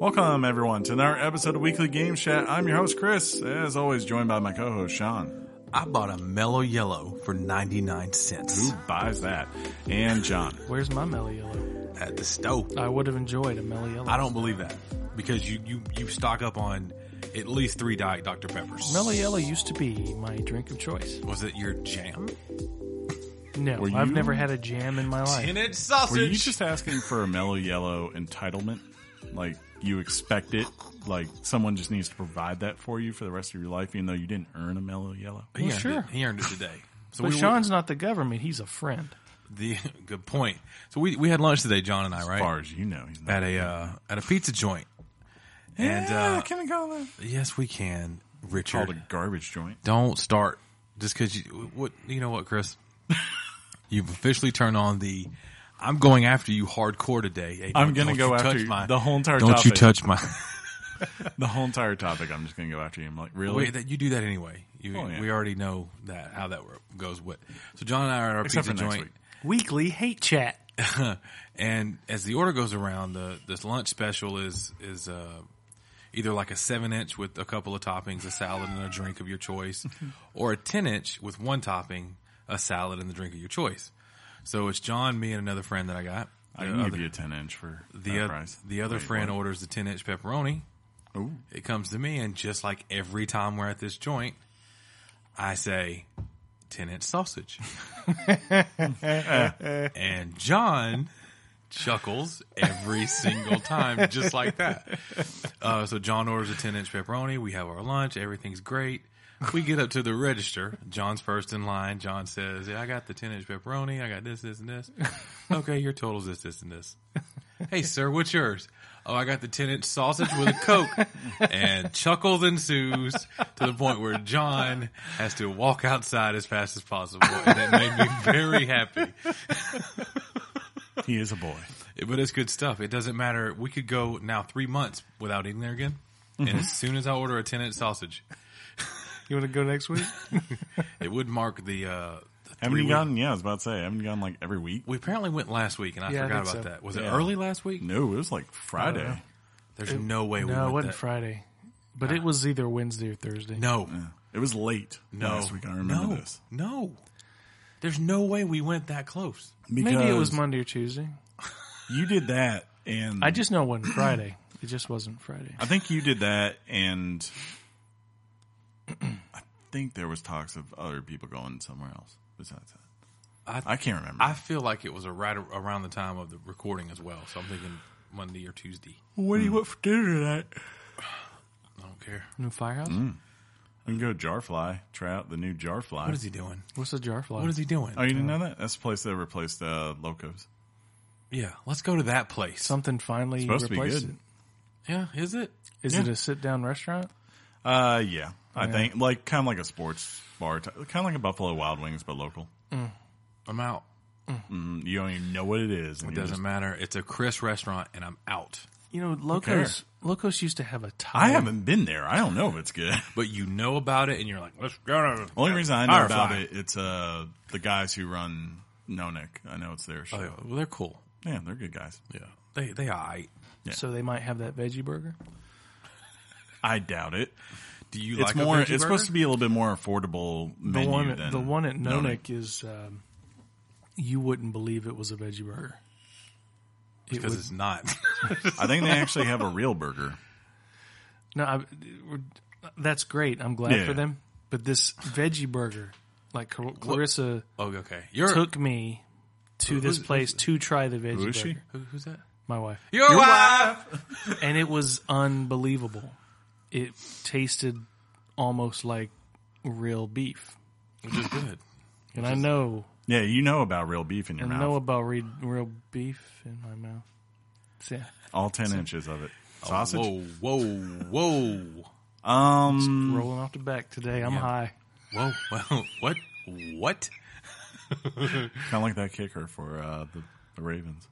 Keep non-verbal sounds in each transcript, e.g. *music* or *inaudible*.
Welcome, everyone, to another episode of Weekly Game Chat. I'm your host, Chris, as always, joined by my co host, Sean. I bought a mellow yellow for 99 cents Who buys that? And John. Where's my mellow yellow? at the stove. I would have enjoyed a mellow yellow. I don't believe that because you, you, you stock up on at least three Diet Dr. Peppers. Mellow yellow used to be my drink of choice. Was it your jam? No, Were I've you- never had a jam in my life. Tinted Were sausage. you just asking for a mellow yellow entitlement? Like, you expect it? Like, someone just needs to provide that for you for the rest of your life, even though you didn't earn a mellow yellow? he Well, earned sure. It. He earned it today. So But we- Sean's not the government; he's a friend. the *laughs* good point. So we, we had lunch today, John and I, As right? far as you know, he's not. At a uh, at a pizza joint. And uh, can we go there? yes, we can, Richard. Called a garbage joint. Don't start just because you what you know what, *laughs* Chris. You've officially turned on the. I'm going after you hardcore today. Hey, I'm don't- gonna don't go you after touch you. my, The whole entire Don't you topic. touch my? *laughs* The whole entire topic, I'm just going to go after you. I'm like, really? Wait, that you do that anyway. You, Oh, yeah. We already know that how that goes. What? So John and I are at our Except pizza for next joint. week. Weekly hate chat. *laughs* and as the order goes around, the this lunch special is is uh, either like a seven inch with a couple of toppings, a salad and a drink of your choice, or a ten inch with one topping, a salad and the drink of your choice. So it's John, me, and another friend that I got. I The can other- give you a 10 inch for the that oth- price. the other Wait, friend what? orders the 10 inch pepperoni. Ooh. It comes to me, and just like every time we're at this joint, I say 10 *laughs* inch sausage. and John chuckles every single time, just like that. Uh, so John orders a 10 inch pepperoni. We have our lunch. Everything's great. We get up to the register. John's first in line. John says, Yeah, I got the 10 inch pepperoni. I got this, this, *laughs* and this. okay, your total's this, this, and this. Hey, sir, what's yours? Oh, I got the 10 inch sausage with a *laughs* Coke. and chuckles ensues to the point where John has to walk outside as fast as possible. And that made *laughs* me very happy. He is a boy. But it's good stuff. It doesn't matter. We could go now three months without eating there again. And Mm-hmm. as soon as I order a 10 inch sausage, You want to go next week? it would mark the. Uh, the Haven't three you week- gone? Yeah, I was about to say. Haven't you gone like every week? We apparently went last week, and I Yeah, I forgot think about so. that. Was it Yeah. early last week? No, it was like Oh, Friday. There's no way we no, it went wasn't that- Friday, but it was either Wednesday or Thursday. No, It was late no, last week. I remember no, this No, there's no way we went that close. because maybe it was Monday or Tuesday. you did that, and I just know it wasn't Friday. It just wasn't Friday. I think you did that, and I think there was talks of other people going somewhere else besides that. I, I can't remember. I feel like it was a right ar- around the time of the recording as well. So I'm thinking Monday or Tuesday. What do you want for dinner tonight? I don't care. New firehouse. we can go to Jarfly, try out the new Jarfly. What is he doing? What's a jar fly? What is he doing? Oh, you didn't know that? That's the place that replaced uh, Locos. yeah, let's go to that place. Something finally Supposed to be replaced good. it. yeah, is it? Is Yeah. it a sit down restaurant? Uh, yeah, I think like kind of like a sports bar, kind of like a Buffalo Wild Wings, but local. I'm out. Mm, You don't even know what it is. and It you're doesn't just- matter. It's a Chris restaurant, and I'm out. You know, Locos Locos used to have a tie. I haven't been there. I don't know if it's good. *laughs* But you know about it, and you're like, let's go. To Only reason I know about Firefly. it, it's uh the guys who run Nonic. I know it's their show. Oh, yeah. Well, they're cool. Yeah, they're good guys. Yeah, they they all right. So they might have that veggie burger. I doubt it. Do you It's like more. A It's supposed to be a little bit more affordable The menu one, than the one at Nonick is, um, you wouldn't believe it was a veggie burger. It because was, it's not. *laughs* *laughs* I think they actually have a real burger. no, I, we're- that's great. I'm glad Yeah. for them. But this veggie burger, like Car- Clarissa oh, okay. You're took me to this who's- place to try the veggie is she? burger. who, who's that? My wife, Your, wife. and it was unbelievable. It tasted almost like real beef, Which is good. and I know Yeah, you know about real beef in your I mouth. know about re- real beef in my mouth. Yeah. All ten inches of it. Sausage. Oh, Whoa, whoa, whoa, Um, rolling off the back today. I'm Yeah. high. whoa, whoa. What? What? kind of like that kicker for uh, the, the Ravens.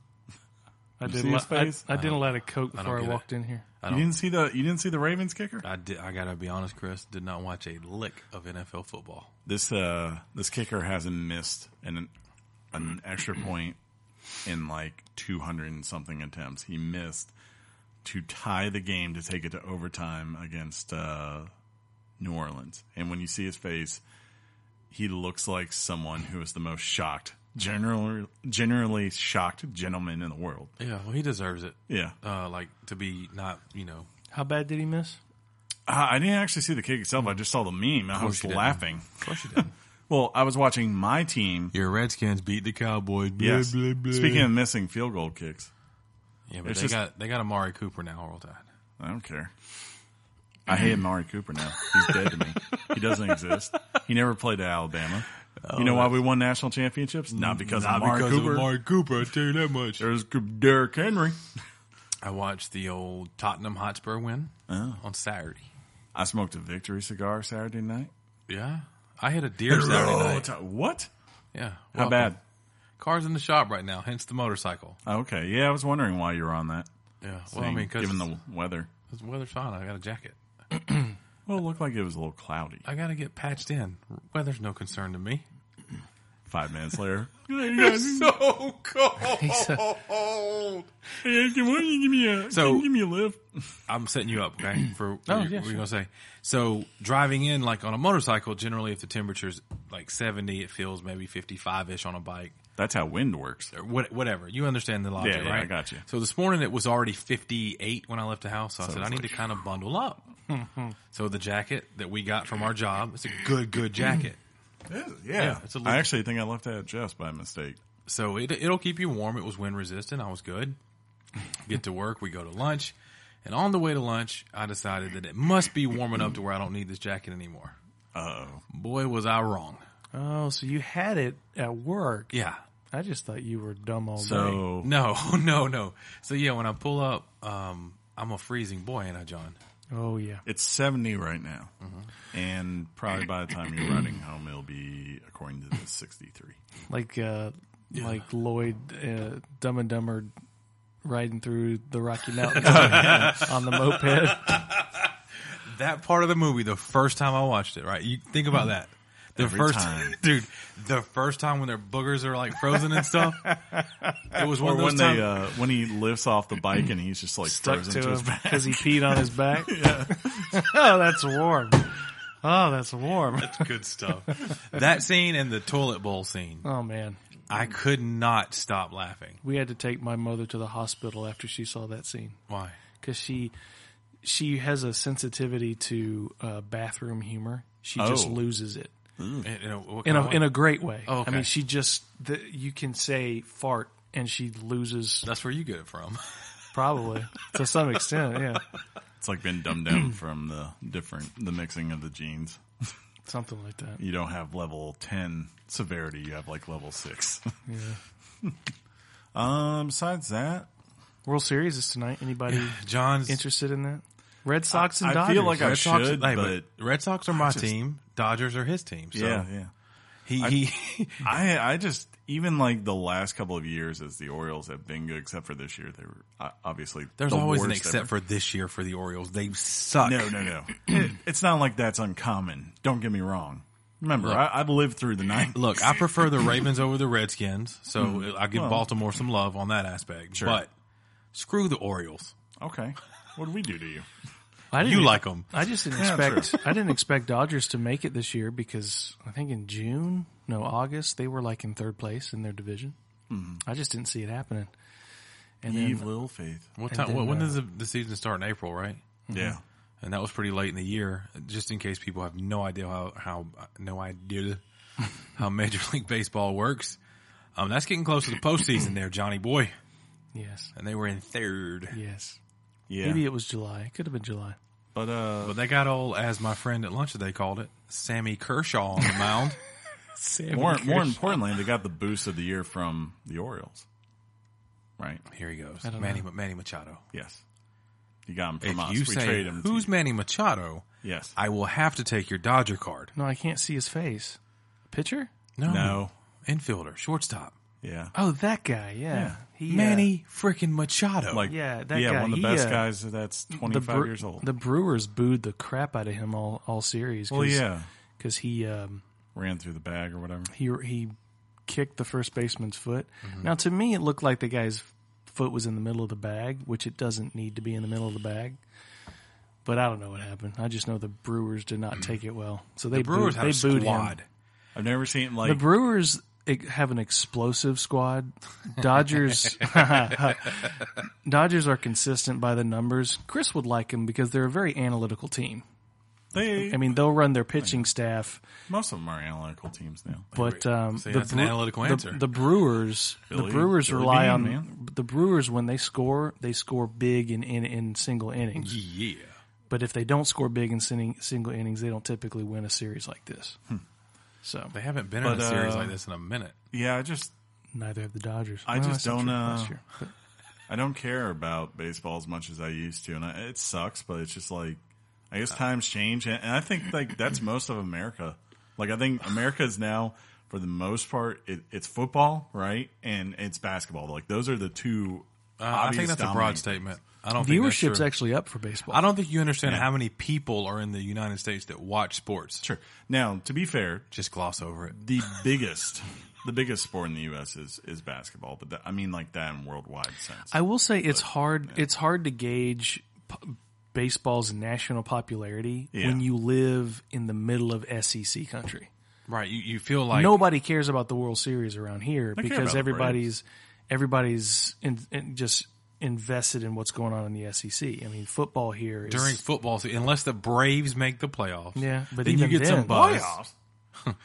I did. see his a lot- I- face? I, did a lot of coke before I, get it. walked in here. I You don't. didn't see the you didn't see the Ravens kicker. I did. I gotta be honest, Chris. Did not watch a lick of NFL football. This uh this kicker hasn't missed an an extra point in like two hundred and something attempts. He missed to tie the game to take it to overtime against uh, New Orleans. And when you see his face, he looks like someone who is the most shocked, generally, generally shocked gentleman in the world. Yeah, well, he deserves it. Yeah. Uh, like to be not, you know, How bad did he miss? I I didn't actually see the kick itself. I just saw the meme. I was you didn't. laughing. of course you did. Well, I was watching my team. *laughs* Your Redskins beat the Cowboys. Blah, Yes. blah, blah. Speaking of missing field goal kicks, yeah, but it's they just- got they got Amari Cooper now. Roll Tide. I don't care. I hate Amari Cooper now. He's dead to me. He doesn't exist. He never played at Alabama. you know why we won national championships? Not because of Amari Cooper. Cooper. I tell you that much. There's Derrick Henry. I watched the old Tottenham Hotspur win Oh. on Saturday. I smoked a victory cigar Saturday night. Yeah, I hit *laughs* a deer Saturday night. What? Yeah, How welcome. bad? Cars in the shop right now. Hence the motorcycle. Okay. Yeah, I was wondering why you were on that. Yeah, well, I thing, mean, because given the weather. the weather's fine. I got a jacket. Well, it looked like it was a little cloudy. I got to get patched in. Weather's no concern to me. Five minutes *laughs* later. *laughs* so He's cold. Hey, can one of you give me a So- can you give me a lift? I'm setting you up, *clears throat* okay? For what Oh, you're, yeah, what you're gonna say. So driving in, like on a motorcycle, generally if the temperature's like 70, it feels maybe 55 ish on a bike That's how wind works. or what, whatever. You understand the logic, Yeah, yeah, I right? got you. So this morning it was already 58 when I left the house. So, I said it's I need to kind of bundle up. *laughs* so the jacket that we got from our job, it's a good, *laughs* good jacket. Yeah, it's a little- I actually think I left that at Jeff's by mistake. So it, it'll keep you warm. It was wind resistant. I was good. Get to work. We go to lunch. And on the way to lunch, I decided that it must be warm enough to where I don't need this jacket anymore. Uh-oh. Boy, was I wrong. Oh, so you had it at work. Yeah. I just thought you were dumb all day. So No, *laughs* no, no. So yeah, when I pull up, um, I'm a freezing boy, ain't I, John? Oh yeah. it's 70 right now. Mm-hmm. And probably by the time you're riding home, it'll be, according to this, 63. Like uh like Lloyd uh, Dumb and Dumber riding through the *laughs* Rocky Mountains *laughs* on the moped. That part of the movie, the first time I watched it, right? You think about that. The Every first time. *laughs* dude, the first time when their boogers are like frozen and stuff. It was Or one of those when times. they, uh, when he lifts off the bike and he's just like stuck frozen to his *laughs* him back. because he peed on his back. *laughs* oh, that's warm. Oh, that's warm. uh, good stuff. *laughs* that scene and the toilet bowl scene, Oh man, I could not stop laughing. we had to take my mother to the hospital after she saw that scene Why? because she she has a sensitivity to uh, bathroom humor. She just Oh. loses it Mm. In, in a, what in kind a of in way? a great way. Oh, okay. I mean, she just the, you can say fart and she loses that's where you get it from. *laughs* probably to some extent. Yeah, It's like been dumbed down from the different, the mixing of the genes. something like that. You don't have level 10 severity. You have like level six. *laughs* um, besides that, World Series is tonight. *sighs* Anybody John's interested in that? Red Sox and I Dodgers. feel like I Red Sox, should, hey, but Red Sox are my just- team. Dodgers are his team. So yeah, yeah. he, he *laughs* *laughs* I I just even like the last couple of years as the Orioles have been good, except for this year they were uh, obviously there's the always an worst except ever. for this year for the Orioles. They suck. no no no. *clears throat* It- it's not like that's uncommon. Don't get me wrong. Remember, I, I've lived through the night. Look, I prefer the Ravens over the Redskins, Mm-hmm. so I give Baltimore some love on that aspect. But screw the Orioles. Okay, what did we do to you? I didn't You like them. I just didn't Yeah, expect I didn't expect Dodgers to make it this year because I think in June, no August, they were like in third place in their division. Mm-hmm. I just didn't see it happening. And Eve then Little Faith. Mm-hmm. What And time? then, what, when uh, does the, the season start? In April, right? Yeah, and that was pretty late in the year. Just in case people have no idea how how no idea *laughs* how Major League Baseball works, um, that's getting close to the postseason there, Johnny boy. yes, And they were in third, yes, yeah. maybe it was July. It could have been July. But uh, but they got old, as my friend at lunch today called it, Sammy Kershaw on the *laughs* mound. more more importantly, they got the boost of the year from the Orioles, right? Here he goes, don't Manny Manny Machado. Yes, you got him from If us. you we say trade him. to- who's Manny Machado, yes? I will have to take your Dodger card. No, I can't see his face. Pitcher? No, no. infielder, shortstop, Yeah. Oh, that guy. Yeah, he uh, Manny freaking Machado. Like Yeah, that yeah, guy, one of the he, best uh, guys that's the 25 Bre- years old. The Brewers booed the crap out of him all all series. well, yeah, because he. Um, ran through the bag or whatever. he he kicked the first baseman's foot. Now to me, it looked like the guy's foot was in the middle of the bag, which it doesn't need to be in the middle of the bag. But I don't know what happened. I just know the Brewers did not take it well. So they Brewers had booed, a they booed squad. him. I've never seen The like Brewers eh, have an explosive squad. Dodgers *laughs* Dodgers are consistent by the numbers. Chris would like them because they're a very analytical team. they. I mean, they'll run their pitching staff, most of them are analytical teams now. but um, See, that's an analytical the- answer. The, Brewers, Billy- the Brewers Billy rely Bean, on man. the Brewers when they score, they score big in in, in single innings. yeah. But if they don't score big in sin- single innings, they don't typically win a series like this. Hmm. So They haven't been But, in a series uh, like this in a minute. yeah, I just neither have the Dodgers. I just that's not don't, true. uh, That's true. But I don't care about baseball as much as I used to, and I, it sucks. But it's just like I guess times change, and, and I think like that's most of America. Like I think America is now, for the most part, it, it's football, right, and it's basketball. Like those are the two. Uh, I think obvious that's a dominant- broad statement. I don't think that's Viewership's true. actually up for baseball. I don't think you understand Yeah. how many people are in the United States that watch sports. Sure. Now, to be fair, Just gloss over it. the biggest, the biggest sport in the U.S. is is basketball, but that, I mean like that in worldwide sense. oh, I will say it's hard. It's hard to gauge p- baseball's national popularity Yeah. when you live in the middle of SEC country. Right. You, you feel like Nobody cares about the World Series around here care about because the Braves. everybody's everybody's in, in just invested in what's going on in the SEC. I mean, football here is during football season, unless the Braves make the playoffs. yeah, but then you even get then, some buzz. *laughs* Sorry.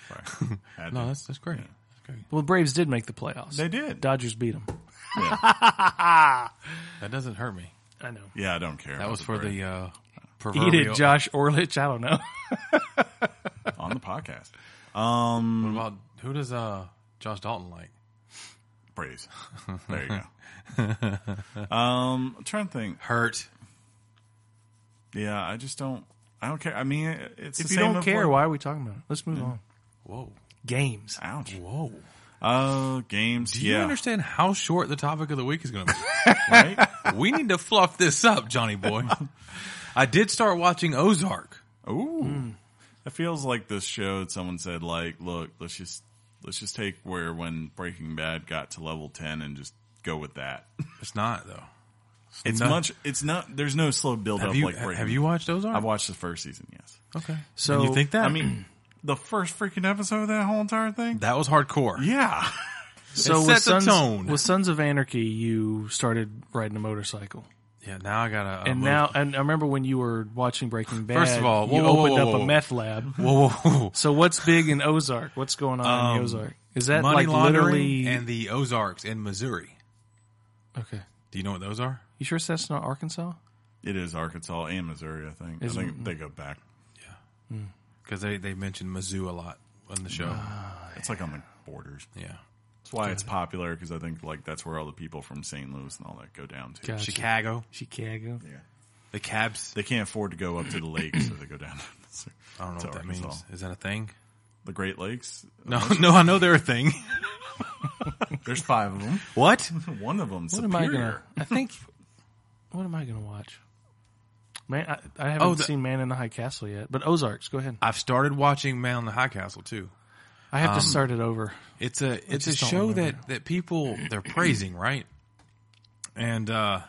Had No, to- that's, that's great. That's great. Well, Braves did make the playoffs. They did. Dodgers beat them. yeah. That doesn't hurt me. I know. yeah, I don't care. That was for the uh, Eat proverbial. it, Josh Orlich. I don't know. on the podcast. What about who does uh, Josh Dalton like? Braves. There you *laughs* go. um, I'm trying to think. Hurt. Yeah, I just don't. I don't care. I mean, it- it's if the you same don't of care, what- why are we talking about it? Let's move on. Whoa. Games. Ouch. Whoa. Oh, games. Do yeah. you understand how short the topic of the week is going to be? *laughs* Right? we need to fluff this up, Johnny boy. I did start watching Ozark. Ooh, Hmm. it feels like this show. that Someone said, like, look, let's just let's just take where when Breaking Bad got to level ten and just go with that. It's not though. It's not- much. It's not. There's no slow build Have up you like Breaking. have you watched Ozark? I've watched the first season. *clears throat* Yes. okay. So And you think that? I mean, the first freaking episode of that whole entire thing. that was hardcore. Yeah. So It with sets a Sons, tone. With Sons of Anarchy, you started riding a motorcycle, Yeah. Now I gotta. uh, and move. now and I remember when you were watching Breaking Bad. First of all, whoa, you whoa, whoa, opened whoa, up whoa, a whoa. *laughs* meth lab. Whoa, whoa, whoa. So what's big in Ozark? What's going on in Um, the Ozark? Is *laughs* that Money like laundering literally? and the Ozarks in Missouri. okay, Do you know what those are? you sure that's not Arkansas? It is Arkansas and Missouri, I think. Is- I think they go back. Because they they mentioned Mizzou a lot on the show. It's like on the borders. yeah. That's why it's popular because I think like that's where all the people from St. Louis and all that go down to. Gotcha. Chicago, Chicago. Yeah, the Cabs. they can't afford to go up to the lakes, so they go down. To, *laughs* I don't know to what that Arkansas. means. Is that a thing? The Great Lakes. No, *laughs* no, I know they're a thing. *laughs* There's five of them. What? *laughs* One of them. What Superior. am I gonna? I think. What am I gonna watch? Man, I, I haven't Oh, the- seen Man in the High Castle yet, but Ozarks. Go ahead. I've started watching Man on the High Castle too. I have to start it over. It's a it's a just don't show remember. that that people they're praising, right? And uh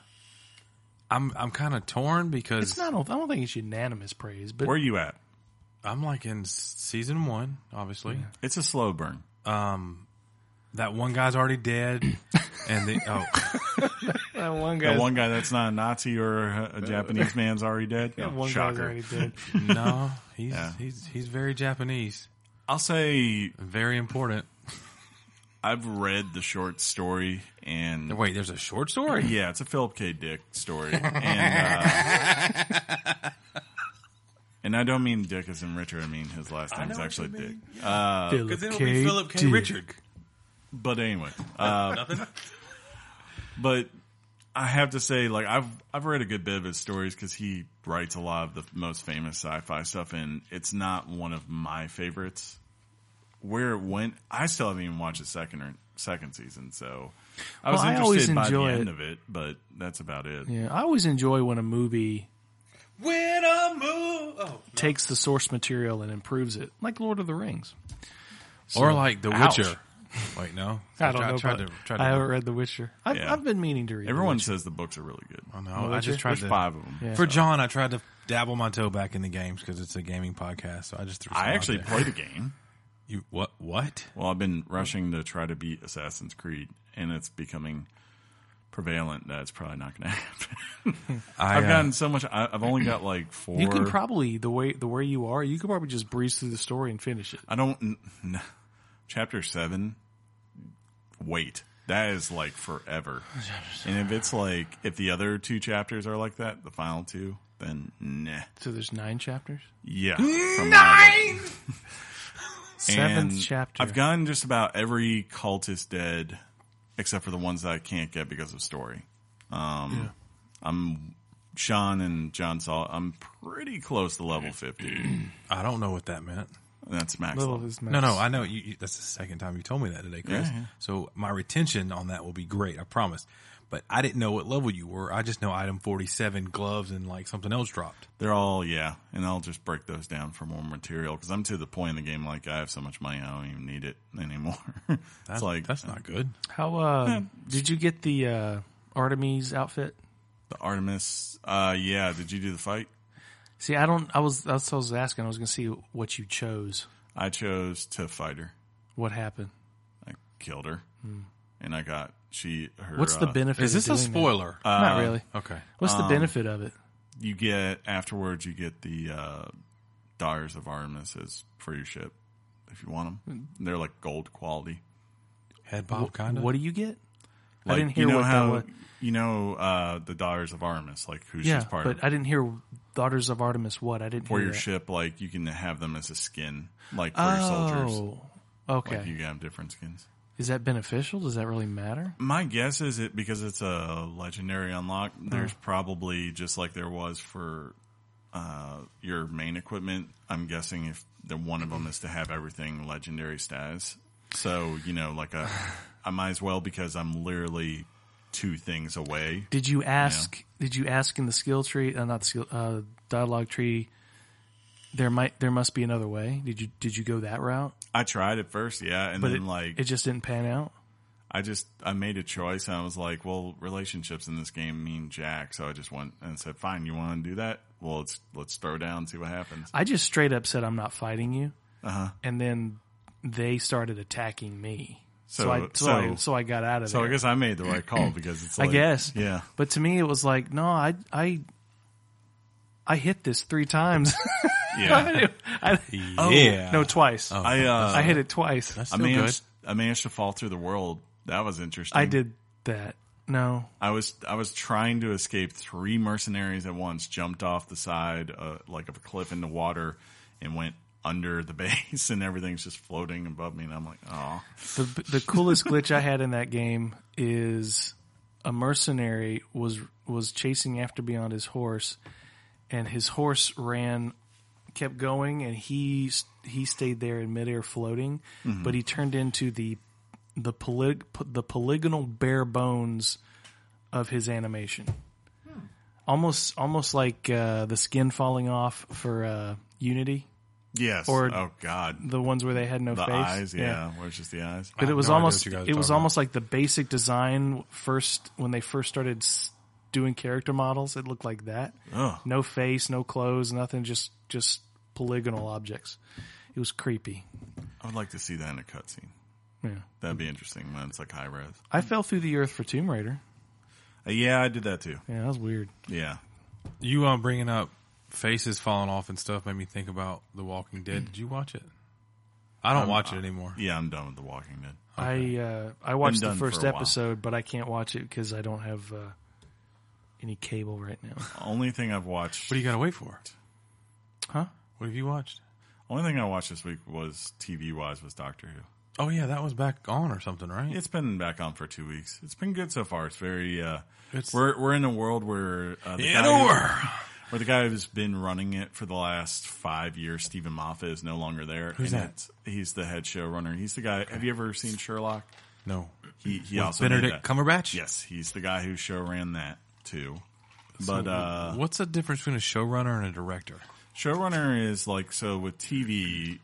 I'm I'm kind of torn because It's not. I don't think it's unanimous praise, but Where are you at? I'm like in s- season 1, obviously. It's a slow burn. That one guy's already dead and the oh that one The guy. one guy that's not a Nazi or a, a Japanese man's already dead. No, One guy's shocker. already dead. no, he's Yeah. he's he's very Japanese, I'll say very important. I've read the short story and Wait, there's a short story. Yeah, it's a Philip K. Dick story, *laughs* and uh, and I don't mean Dick as in Richard. I mean his last name is know what actually you Dick. mean. Philip Because it'll be Philip K. Dick. Richard. But anyway, uh, but I have to say, like I've I've read a good bit of his stories because he writes a lot of the most famous sci-fi stuff, and it's not one of my favorites. Where it went, I still haven't even watched the second or second season, so I was Well, I interested always by the enjoy end it. of it, but that's about it. Yeah, I always enjoy when a movie When I move, oh. takes the source material and improves it, like Lord of the Rings. or like The Ouch. Witcher. Wait, no. *laughs* I don't know. tried about- to- tried to- I haven't read The Witcher. I've, Yeah. I've been meaning to read. The Everyone Witcher. says the books are really good. I know. Well, Oh, I that's just it. tried There's to. five of them. Yeah. For John, I tried to dabble my toe back in the games because it's a gaming podcast. So I just threw. some I out actually there. *laughs* played the game. You what? What? Well, I've been rushing to try to beat Assassin's Creed, and it's becoming prevalent that it's probably not going to *laughs* happen. I, I've uh, gotten so much. I, I've only got like four. *clears throat* You can probably the way the way you are, you could probably just breeze through the story and finish it. I don't. N- n- chapter seven. Wait, that is like *sighs* forever. And if it's like if the other two chapters are like that, the final two, then nah. So there's nine chapters. Yeah, nine. Seventh chapter. I've gotten just about every cultist dead, except for the ones that I can't get because of story. Um, I'm Sean and John saw. I'm pretty close to level fifty. *clears throat* I don't know what that meant. That's max. Little level. is No, no, nice. I know. You, you, that's the second time you told me that today, Chris. Yeah, yeah. So my retention on that will be great, I promise. But I didn't know what level you were. I just know item forty-seven gloves and like something else dropped. They're all yeah, and I'll just break those down for more material because I'm to the point in the game like I have so much money I don't even need it *laughs* anymore. That- it's like that's not good. How uh, did you get the uh, Artemis outfit? the Artemis. Uh, yeah, did you do the fight? See, I don't. I was that's what I was asking. I was going to see what you chose. I chose to fight her. What happened? I killed her, and I got she her. Hmm. What's the uh, benefit? Is of this a doing that? spoiler? Not really. Uh, okay. What's the benefit of it? you get afterwards you get the uh dyers of artemis as for your ship if you want them Hmm. they're like gold quality Head bob kind of. What do you get? like, I didn't hear you know what how that was. you know uh the dyers of artemis like who Yeah, she's part but of I didn't hear Daughters of Artemis. What I didn't for hear your that. ship like you can have them as a skin like for your soldiers Oh, okay. like you can have different skins Is that beneficial? Does that really matter? my guess is it because it's a legendary unlock Hmm. there's probably just like there was for uh, your main equipment i'm guessing if the one of them is to have everything legendary status so you know like a i might as well because i'm literally two things away Did you ask? Did you ask in the skill tree? Uh, not the skill uh, dialogue tree. There might there must be another way. Did you did you go that route? i tried at first yeah and But then it, like it just didn't pan out. i just i made a choice and i was like well relationships in this game mean jack so i just went and said fine you want to do that well let's let's throw down and see what happens I just straight up said I'm not fighting you, Uh-huh. and then they started attacking me. So, So- I so, I so- so I got out of so there. i guess i made the right call because it's I like guess. yeah *laughs* But to me, it was like, no, I I I hit this three times. *laughs* Yeah. I, yeah. Oh, no, twice. I uh, I hit it twice. I Still managed I managed to fall through the world. That was interesting. I did that. No, I was I was trying to escape three mercenaries at once. Jumped off the side uh, like of a cliff into water and went under the *laughs* base, and everything's just floating above me. And I'm like, oh, the the coolest glitch I had in that game is a mercenary was was chasing after beyond his horse, and his horse ran, kept going, and he he stayed there in midair floating, Mm-hmm. but he turned into the the poly, the polygonal bare bones of his animation, Hmm. almost almost like uh, the skin falling off for uh, Unity, yes, Or oh god, the ones where they had no the face, eyes, yeah, where's just the eyes? but it have was no idea almost what you guys are it was talking almost like the basic design first when they first started s- doing character models it looked like that Ugh. no face no clothes nothing just just polygonal objects it was creepy I would like to see that in a cutscene. yeah That'd be interesting when it's like high res. i fell through the earth for tomb raider Uh, yeah, I did that too. yeah that was weird Yeah, You uh, bringing up faces falling off and stuff made me think about The Walking Dead. Did you watch it? I don't watch it anymore. yeah, I'm done with the Walking Dead. i uh i watched the done for first a while. episode but i can't watch it because i don't have uh any cable right now *laughs* Only thing I've watched. What do you got to wait for? huh What have you watched? Only thing I watched this week was TV wise was Doctor Who. Oh yeah, that was back on or something, right? It's been back on for two weeks. It's been good so far. It's very. Uh, It's- we're we're in a world where uh, the In guy a who- world. where the guy who's been running it for the last five years, Stephen Moffat, is no longer there. Who's that? it's- He's the head showrunner. He's the guy. Have you ever seen Sherlock? No, He he also did that. Benedict Cumberbatch. Yes, he's the guy who show ran that too. But uh, uh, What's the difference between a showrunner and a director? Showrunner is like so with TV,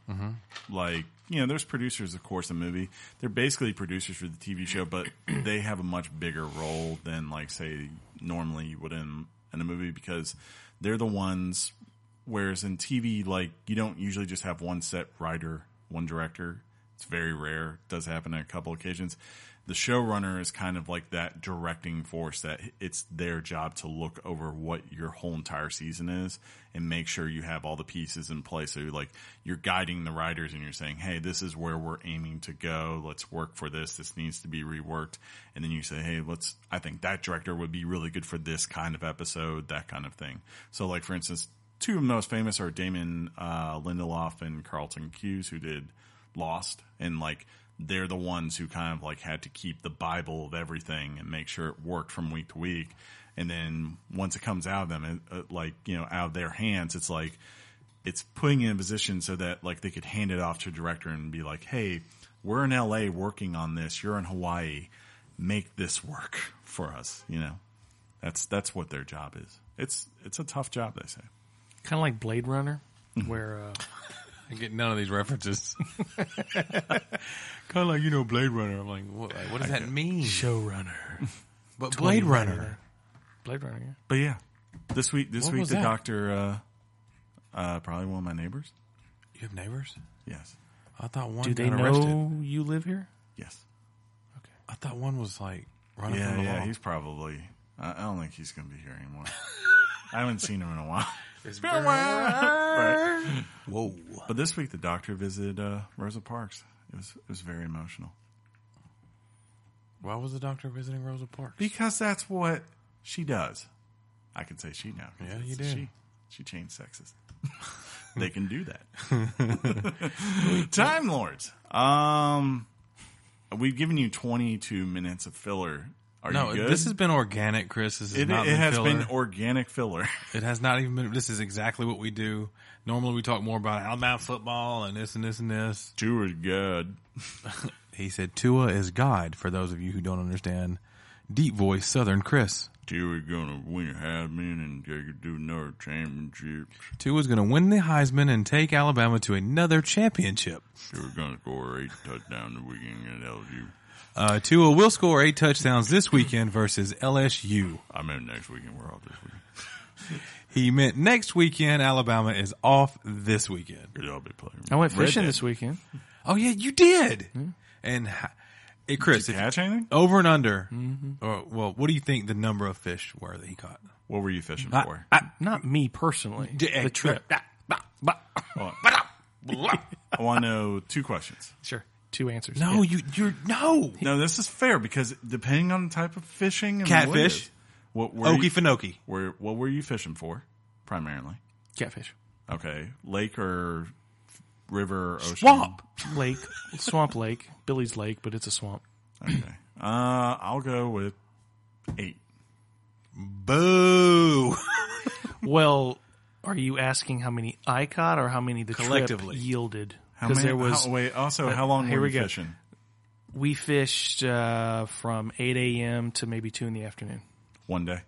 like you know, there's producers, of course, a movie. They're basically producers for the TV show, but they have a much bigger role than like say normally you would in in a movie because they're the ones. Whereas in TV, like you don't usually just have one set writer, one director. It's very rare. It does happen on a couple occasions. The showrunner is kind of like that directing force that it's their job to look over what your whole entire season is and make sure you have all the pieces in place. So like you're guiding the writers and you're saying, Hey, this is where we're aiming to go. Let's work for this. This needs to be reworked. And then you say, Hey, let's, I think that director would be really good for this kind of episode, that kind of thing. So like, for instance, two of the most famous are Damon uh, Lindelof and Carlton Cuse, who did Lost, and like they're the ones who kind of like had to keep the Bible of everything and make sure it worked from week to week. And then once it comes out of them, it, uh, like you know, out of their hands, it's like it's putting in a position so that like they could hand it off to a director and be like, "Hey, we're in LA working on this. You're in Hawaii. Make this work *laughs* for us." You know, that's that's what their job is. It's it's a tough job, they say. Kind of like Blade Runner, Mm-hmm. where uh, I get none of these *laughs* references. kind of like you know Blade Runner. I'm like, what, what does that mean? showrunner, *laughs* But Blade Runner. Blade Runner. Yeah. But yeah, this week, this What week was the that? doctor, uh, uh, probably one of my neighbors. You have neighbors? Yes, I thought one Do they got know arrested. you live here? yes, I thought one was like running yeah, from the yeah. law. He's probably. I I don't think he's going to be here *laughs* anymore. I haven't seen him in a while. It's Right. Whoa. But this week, the doctor visited uh, Rosa Parks. It was it was very emotional Why was the doctor visiting Rosa Parks? because that's what she does. I can say she now. 'cause Yeah, it's you a did. She, she changed sexes. *laughs* they can do *laughs* that. Time Lords. Um, we've given you 22 minutes of filler. Are no, you good? this has been organic, Chris. This has it, not it been has filler. been organic filler. *laughs* It has not even been. This is exactly what we do. Normally, we talk more about Alabama football and this and this and this. Two is good. He said Tua is God. For those of you who don't understand, deep voice Southern Chris. Two is gonna win a Heisman and they could do another championship. Tua is going to win the Heisman and take Alabama to another championship. Two is gonna score eight touchdowns the weekend at LSU. Uh, Tua will score eight touchdowns this weekend versus LSU. I mean, next weekend we're off this weekend. He meant next weekend. Alabama is off this weekend. I'll be playing. I went Red fishing Dead. this weekend. Oh yeah, you did. And ha- hey, Chris, if- Catch anything? over and under. Or well, what do you think the number of fish were that he caught? What were you fishing for? Not me personally. The trip. I want to know two questions. *laughs* Sure. Two answers. *laughs* No, you you're no No, this is fair because depending on the type of fishing, and what, it Catfish? is- what were okey you, finoki. were, what were you fishing for primarily? Catfish. Okay, lake or river, ocean? Swamp. Lake. swamp lake. Billy's lake, but it's a swamp. Okay, uh, I'll go with eight. Boo. *laughs* Well, are you asking how many I caught or how many the Collectively. trip yielded? How Because many- there was how- wait. Also, how long here were we you go. fishing? we fished uh, from eight a.m. to maybe two in the afternoon, One day.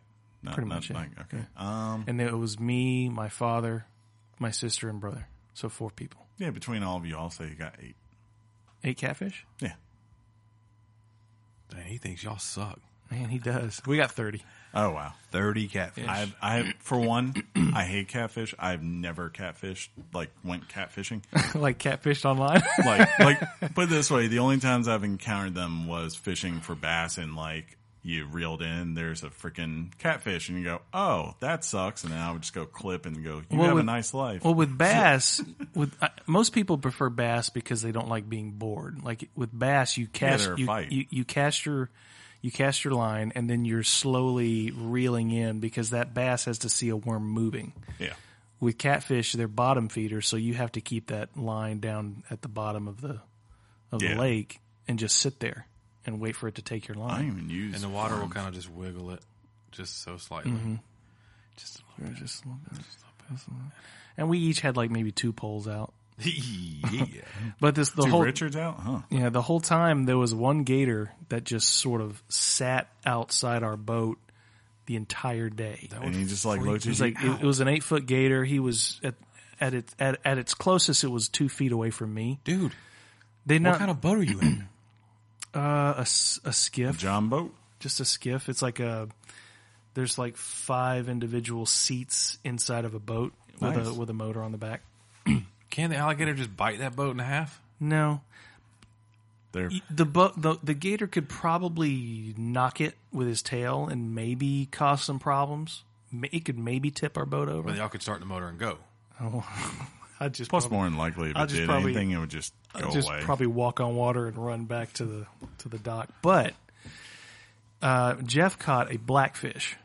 Not, Pretty not- much, yeah. like- okay. Um. and it was me, my father, my sister, and brother. So four people. Yeah. Between all of you, I'll say you got eight. Eight catfish. Yeah. Man, he thinks y'all suck. Man, he does. We got thirty. Oh wow. Thirty catfish. I've, I, for one, I hate catfish. I've never catfished, like went catfishing. *laughs* like catfished online. *laughs* Like, like, put it this way, the only times I've encountered them was fishing for bass and like you reeled in, there's a freaking catfish and you go, oh, that sucks. And then I would just go clip and go, you Well, have a with- nice life. Well, with bass, with uh, most people prefer bass because they don't like being bored. Like with bass, you cast they're a you, fight. you you cast your you cast your line, and then you're slowly reeling in because that bass has to see a worm moving. yeah. With catfish, they're bottom feeders, so you have to keep that line down at the bottom of the of Yeah. the lake and just sit there and wait for it to take your I line. didn't even use and the water will kind of just wiggle it, just so slightly. Just a There's just a little bit, just a little bit, just a little bit. And we each had like maybe two poles out, little. *laughs* yeah. but this the Dude, whole Richard's out, huh? Yeah, the whole time there was one gator that just sort of sat outside our boat the entire day. And he just like looked at It was you. like it, it was an eight foot gator. He was at at its at, at its closest, it was two feet away from me. *laughs* Dude, They what not kind of boat are you in? uh, a s- a skiff, John boat. just a skiff. It's like a there's like five individual seats inside of a boat with a Nice. with a motor on the back. Can the alligator just bite that boat in half? No, There, the bo- the the gator could probably knock it with his tail and maybe cause some problems. Ma- It could maybe tip our boat over. But y'all could start the motor and go. I just Plus, probably, more than likely, if I'll it just did probably- anything, it would just go just away. probably walk on water and run back to the to the dock. But uh, Jeff caught a blackfish,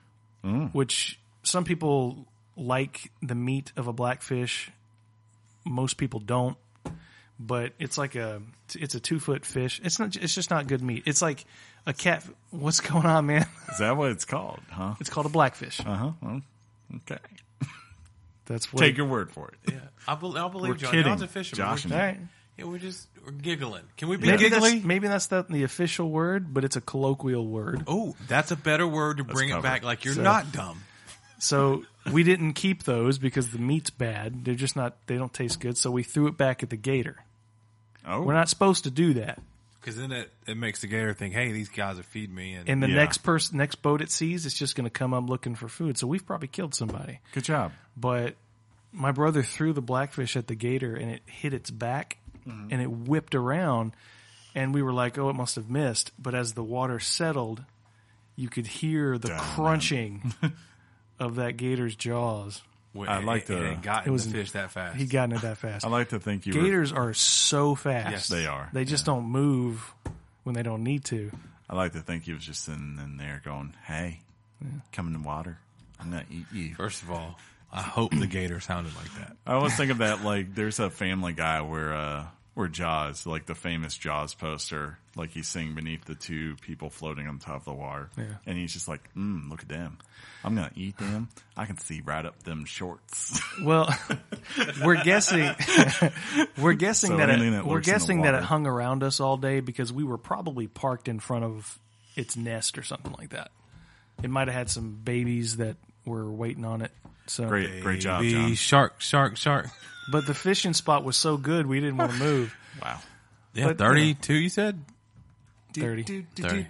Mm. which some people like the meat of a blackfish. Most people don't, but it's like a it's a two foot fish. It's not it's just not good meat. It's like a cat. What's *laughs* going on, man? Is that what it's called? Huh? It's called a blackfish. Uh huh. Well, okay. Oh, That's what Take your word for it. Yeah, I, bel I believe We're John. kidding, John's a fisherman. Josh We're, and- All right. yeah, we're just we're giggling. Can we be Maybe giggling? that's, maybe that's not the official word, but it's a colloquial word. Oh, that's a better word to bring it covered. back. Like you're So- not dumb. So we didn't keep those because the meat's bad. They're just not. They don't taste good. So we threw it back at the gator. Oh, We're not supposed to do that. Because then it, it makes the gator think, hey, these guys are feeding me. And, And the Yeah. next person, next boat it sees, it's just going to come up looking for food. So we've probably killed somebody. good job. But my brother threw the blackfish at the gator, and it hit its back, and it whipped around. And we were like, "Oh, it must have missed." But as the water settled, you could hear the crunching of that gator's jaws. Well, I like it, it the- ain't gotten it was- the fish that fast. He gotten it that fast. *laughs* I like to think you were. Gators are so fast. Yes, They are. They just don't move when they don't need to. I like to think he was just sitting in there going, "Hey, come in the water. I'm gonna eat you." *laughs* First of all, I hope the gator sounded like that. I always think of that like there's a Family Guy where uh where Jaws, like the famous Jaws poster, like he's sitting beneath the two people floating on top of the water, Yeah. and he's just like, mm, "Look at them! I'm gonna eat them. I can see right up them shorts." *laughs* Well, *laughs* we're guessing. *laughs* we're guessing So that anything it, that we're lurks in the guessing that it water. hung around us all day because we were probably parked in front of its nest or something like that. It might have had some babies that were waiting on it. So great, *laughs* great job, The John. shark, shark, shark. But the fishing spot was so good we didn't want to move. Wow. Yeah, But, 32, you said? Thirty.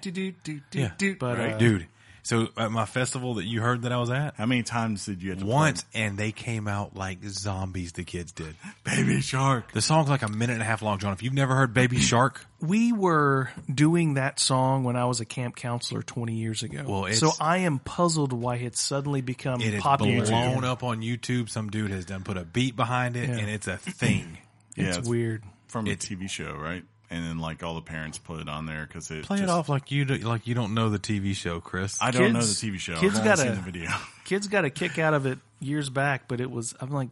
Yeah. But, uh, Dude, so at my festival that you heard that I was at, How many times did you have to play once and they came out like zombies, the kids did. Baby Shark? The song's like a minute and a half long, John. If you've never heard Baby Shark, we were doing that song when I was a camp counselor 20 years ago. Well, it's- so I am puzzled why it's suddenly become it is popular. blown up on YouTube. Some dude has done put a beat behind it and it's a thing. Yeah, It's weird. from a TV show, right? And then like all the parents put it on there because it *laughs* Play just, it off like you do, like you don't know the TV show, Chris. I don't know the Kids- TV show. kids I've only gotta- seen the *laughs* video. Kids got a kick out of it years back, but it was I'm like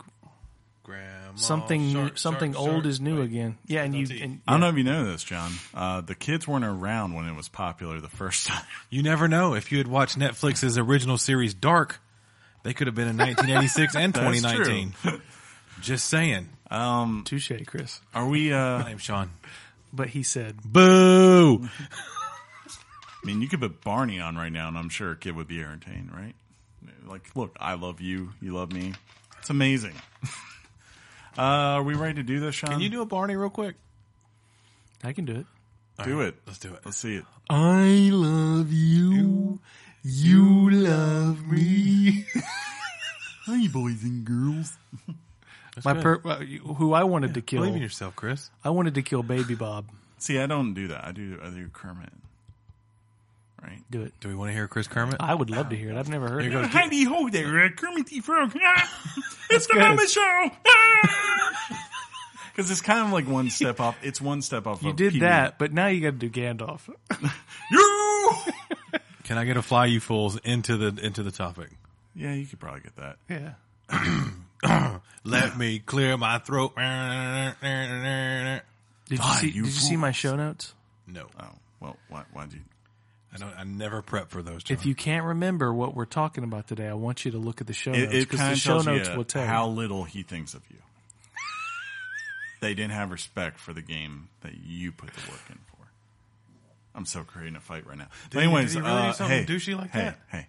Grandma, something shark, something shark, old shark. is new Like, again. Yeah, and you and I don't know if you know this, John. Uh, the kids weren't around when it was popular the first time. *laughs* You never know. If you had watched Netflix's original series Dark, they could have been in 1986 *laughs* and That's 2019. Just saying. touche, Chris. Are we? Uh, My name's Sean. But he said, *laughs* Boo! I mean, you could put Barney on right now, and I'm sure a kid would be entertained, right? Like, look, I love you. You love me. It's amazing. *laughs* uh, are we ready to do this, Sean? Can you do a Barney real quick? "I can do it." do it? Let's do it. Let's see it. I love you. You love me. *laughs* Hey, boys and girls. My per- uh, who I wanted to kill, Believe in yourself, Chris. I wanted to kill Baby Bob. See, I don't do that. I do. I do Kermit. Right. Do it. Do we want to hear Chris Kermit? I would love to hear it. I've never heard it. Heidi ho there, Kermit the Frog. it's the good. Mama *laughs* Show. Because it's kind of like one step off. It's one step off. You did that, but now you got *laughs* to do Gandalf. You. Can I get a fly you fools into the into the topic? Yeah, you could probably get that. Yeah. Let me clear my throat. No. Did you Die, see? you did you see my fools. show notes? Oh well, why? Why'd you? I don't I never prep for those. John. If you can't remember what we're talking about today, I want you to look at the show It, notes it because kind the of show tells notes you will tell you. how little he thinks of you. they didn't have respect for the game that you put the work in for. I'm so creating a fight right now. But he- did anyways, he really do uh, something hey, douchey like hey, that? Hey,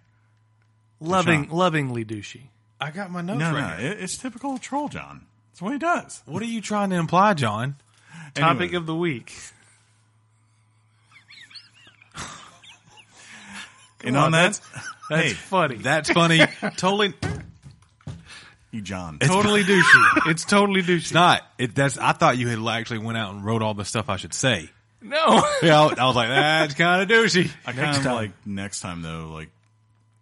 loving, John. lovingly douchey. I got my notes no, right no, here. it, it's typical troll, John. That's what he does. What are you trying to imply, John? Topic Anyway. of the week. and on, that, hey, Funny. That's funny. totally, you John. totally douchey. It's totally douchey. it's not. It, that's. I thought you had actually went out and wrote all the stuff I should say. *laughs* no. Yeah, I, I was like, that's kind of douchey. I kind of time. like next time though. Like,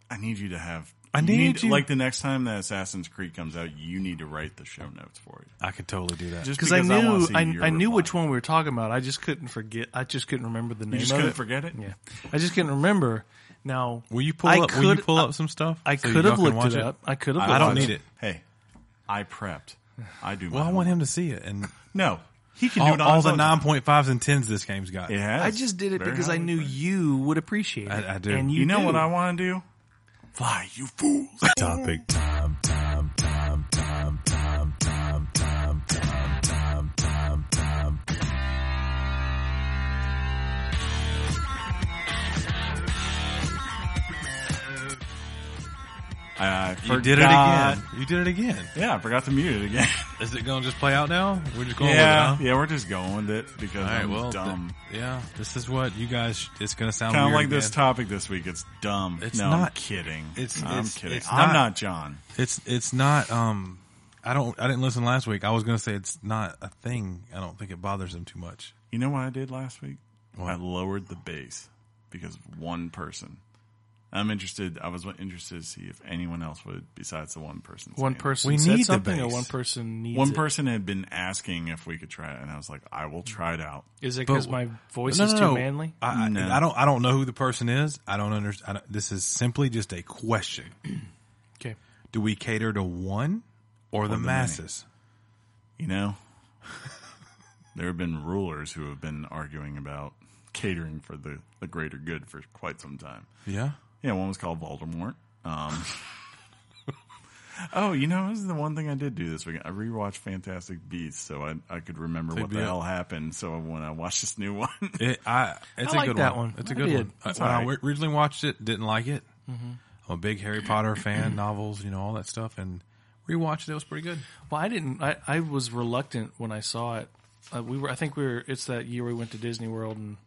I need you to have. I you need you- like the next time that Assassin's Creed comes out, you need to write the show notes for it. I could totally do that. Just Because I wanna knew see I, your I knew reply. which one we were talking about. I just couldn't forget. I just couldn't remember the name You just of couldn't it. forget it. Yeah, I just couldn't remember. Now, will you pull I up? will you could- pull up some stuff? I so could y'all have can looked watch it up. I could have. I don't looked need it. up. Hey, I prepped. I do. Well, I want him to see it, *laughs* and No, he can do all, it on all his the own. nine point fives and tens this game's got. It has. I just did it Very because I highly knew praised. you would appreciate it. I- I do. And you, You, know do. what I want to do? Fly, you fools. Topic time, time, time, time, time, time, time, time, time, time, time. *laughs* I You did it again. You did it again. Yeah, I forgot to mute it again. Is it going to just play out now? We're just going yeah, with it. yeah, we're just going with it because Huh? All right. I'm Well, dumb. th- yeah. This is what you guys. It's going to sound kind of weird like this again. topic this week. It's dumb. It's no, I'm not- kidding. it's- I'm it's- kidding. it's I'm not- not John. It's it's not. Um, I don't. I didn't listen last week. I was going to say it's not a thing. I don't think it bothers them too much. You know what I did last week? I lowered the bass because of one person. I'm interested. I was interested to see if anyone else would besides the one person. One saying it. person We said need the something, or base. one person needs One it. person had been asking if we could try it, and I was like, "I will try it out." Is it But- because my voice is too manly? I, I- No. I don't. I don't know who the person is. I don't understand. This is simply just a question. Okay. Do we cater to one or the the many. masses? You *laughs* know, there have been rulers who have been arguing about catering for the, the greater good for quite some time. Yeah. Yeah, one was called Voldemort. Um, *laughs* oh, you know, this is the one thing I did do this weekend. I rewatched Fantastic Beasts, so I, I could remember what the be a- hell happened. So when I watched this new *laughs* one, It, I, it's I a like good that one. one. It's a I good did. Mm-hmm. one. I- It's when I all right. ri- originally watched it, didn't like it. I'm a big Harry Potter fan, *clears throat* novels, you know, all that stuff, and rewatched it. It was pretty good. Well, I didn't. I, I was reluctant when I saw it. Uh, we were. I think we were. It's that year we went to Disney World, and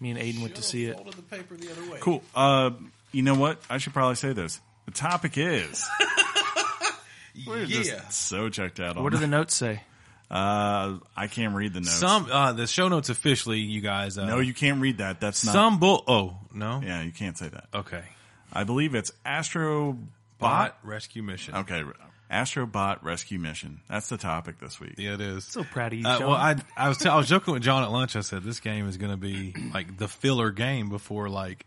me and Aiden went to see it. the paper the other way. cool. Uh, you know what? I should probably say this. The topic *laughs* is Yeah. just so checked out. On What do the notes say? uh, I can't read the notes. Some uh, the show notes officially, you guys. Uh, no, you can't read that. That's not. some bull. Oh no. yeah, you can't say that. Okay. I believe it's Astrobot. Bot rescue mission. Okay, Astrobot rescue mission. That's the topic this week. Yeah, it is. So proud of you, Uh, Sean. well, I I was I was joking with John at lunch. I said this game is going to be like the filler game before like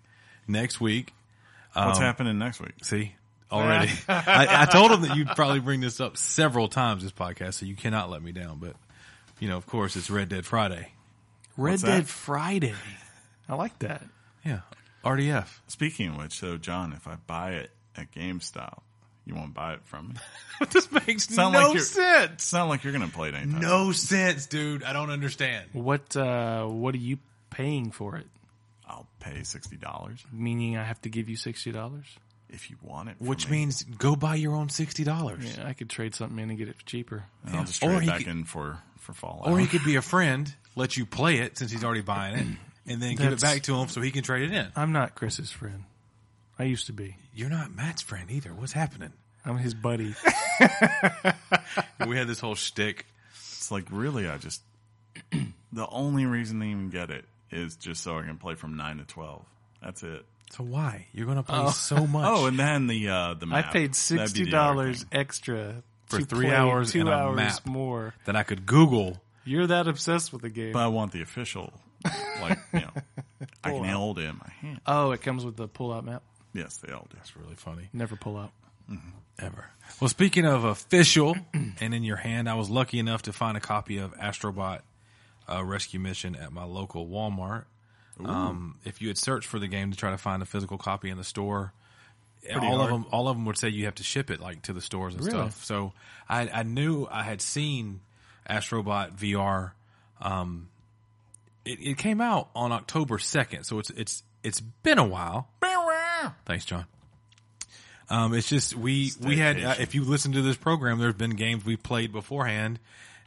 next week. um, What's happening next week? See *laughs* already, I, I told him that you'd probably bring this up several times this podcast, so you cannot let me down. But you know, of course, it's Red Dead Friday. Red what's Dead that? Friday. I like that. Yeah, RDF. Speaking of which, though, John, if I buy it at GameStop, you won't buy it from me. *laughs* But *laughs* this makes Sound no like you're- sense. It's not like you're going to play it anytime. soon. No sense, dude. I don't understand. What uh, What are you paying for it? I'll pay sixty dollars Meaning, I have to give you sixty dollars. if you want it. from Which me. means go buy your own sixty dollars. Yeah, I could trade something in and get it cheaper. And I'll just Or trade he back could- in for for Fallout. Or he could be a friend, let you play it since he's already buying it, and then give it That's- back to him so he can trade it in. I'm not Chris's friend. I used to be. You're not Matt's friend either. What's happening? I'm *laughs* his buddy. we had this whole shtick. it's like really, I just *clears throat* the only reason they even get it is just so I can play from nine to twelve. That's it. So why? You're going to play *laughs* so much. Oh, and then the uh, the I map. paid That'd sixty be the other dollars thing. extra For to three play hours two and a hours map. more. Then I could Google. You're that obsessed with the game. but I want the official. Like you *laughs* know, I can hold it in my hand. oh, it comes with the pull-out map. Yes, they all do. It's really funny. Never pull out. Ever. Well, speaking of official *clears throat* and in your hand, I was lucky enough to find a copy of Astrobot uh, Rescue Mission at my local Walmart. Um, if you had searched for the game to try to find a physical copy in the store, all hard. of them, all of them would say you have to ship it like to the stores and Really? stuff. So I, I knew I had seen Astrobot VR. Um, it, it came out on October second, so it's it's it's been a while. Thanks, John. Um, it's just we we had. Uh, Staycation. if you listen to this program, there's been games we played beforehand,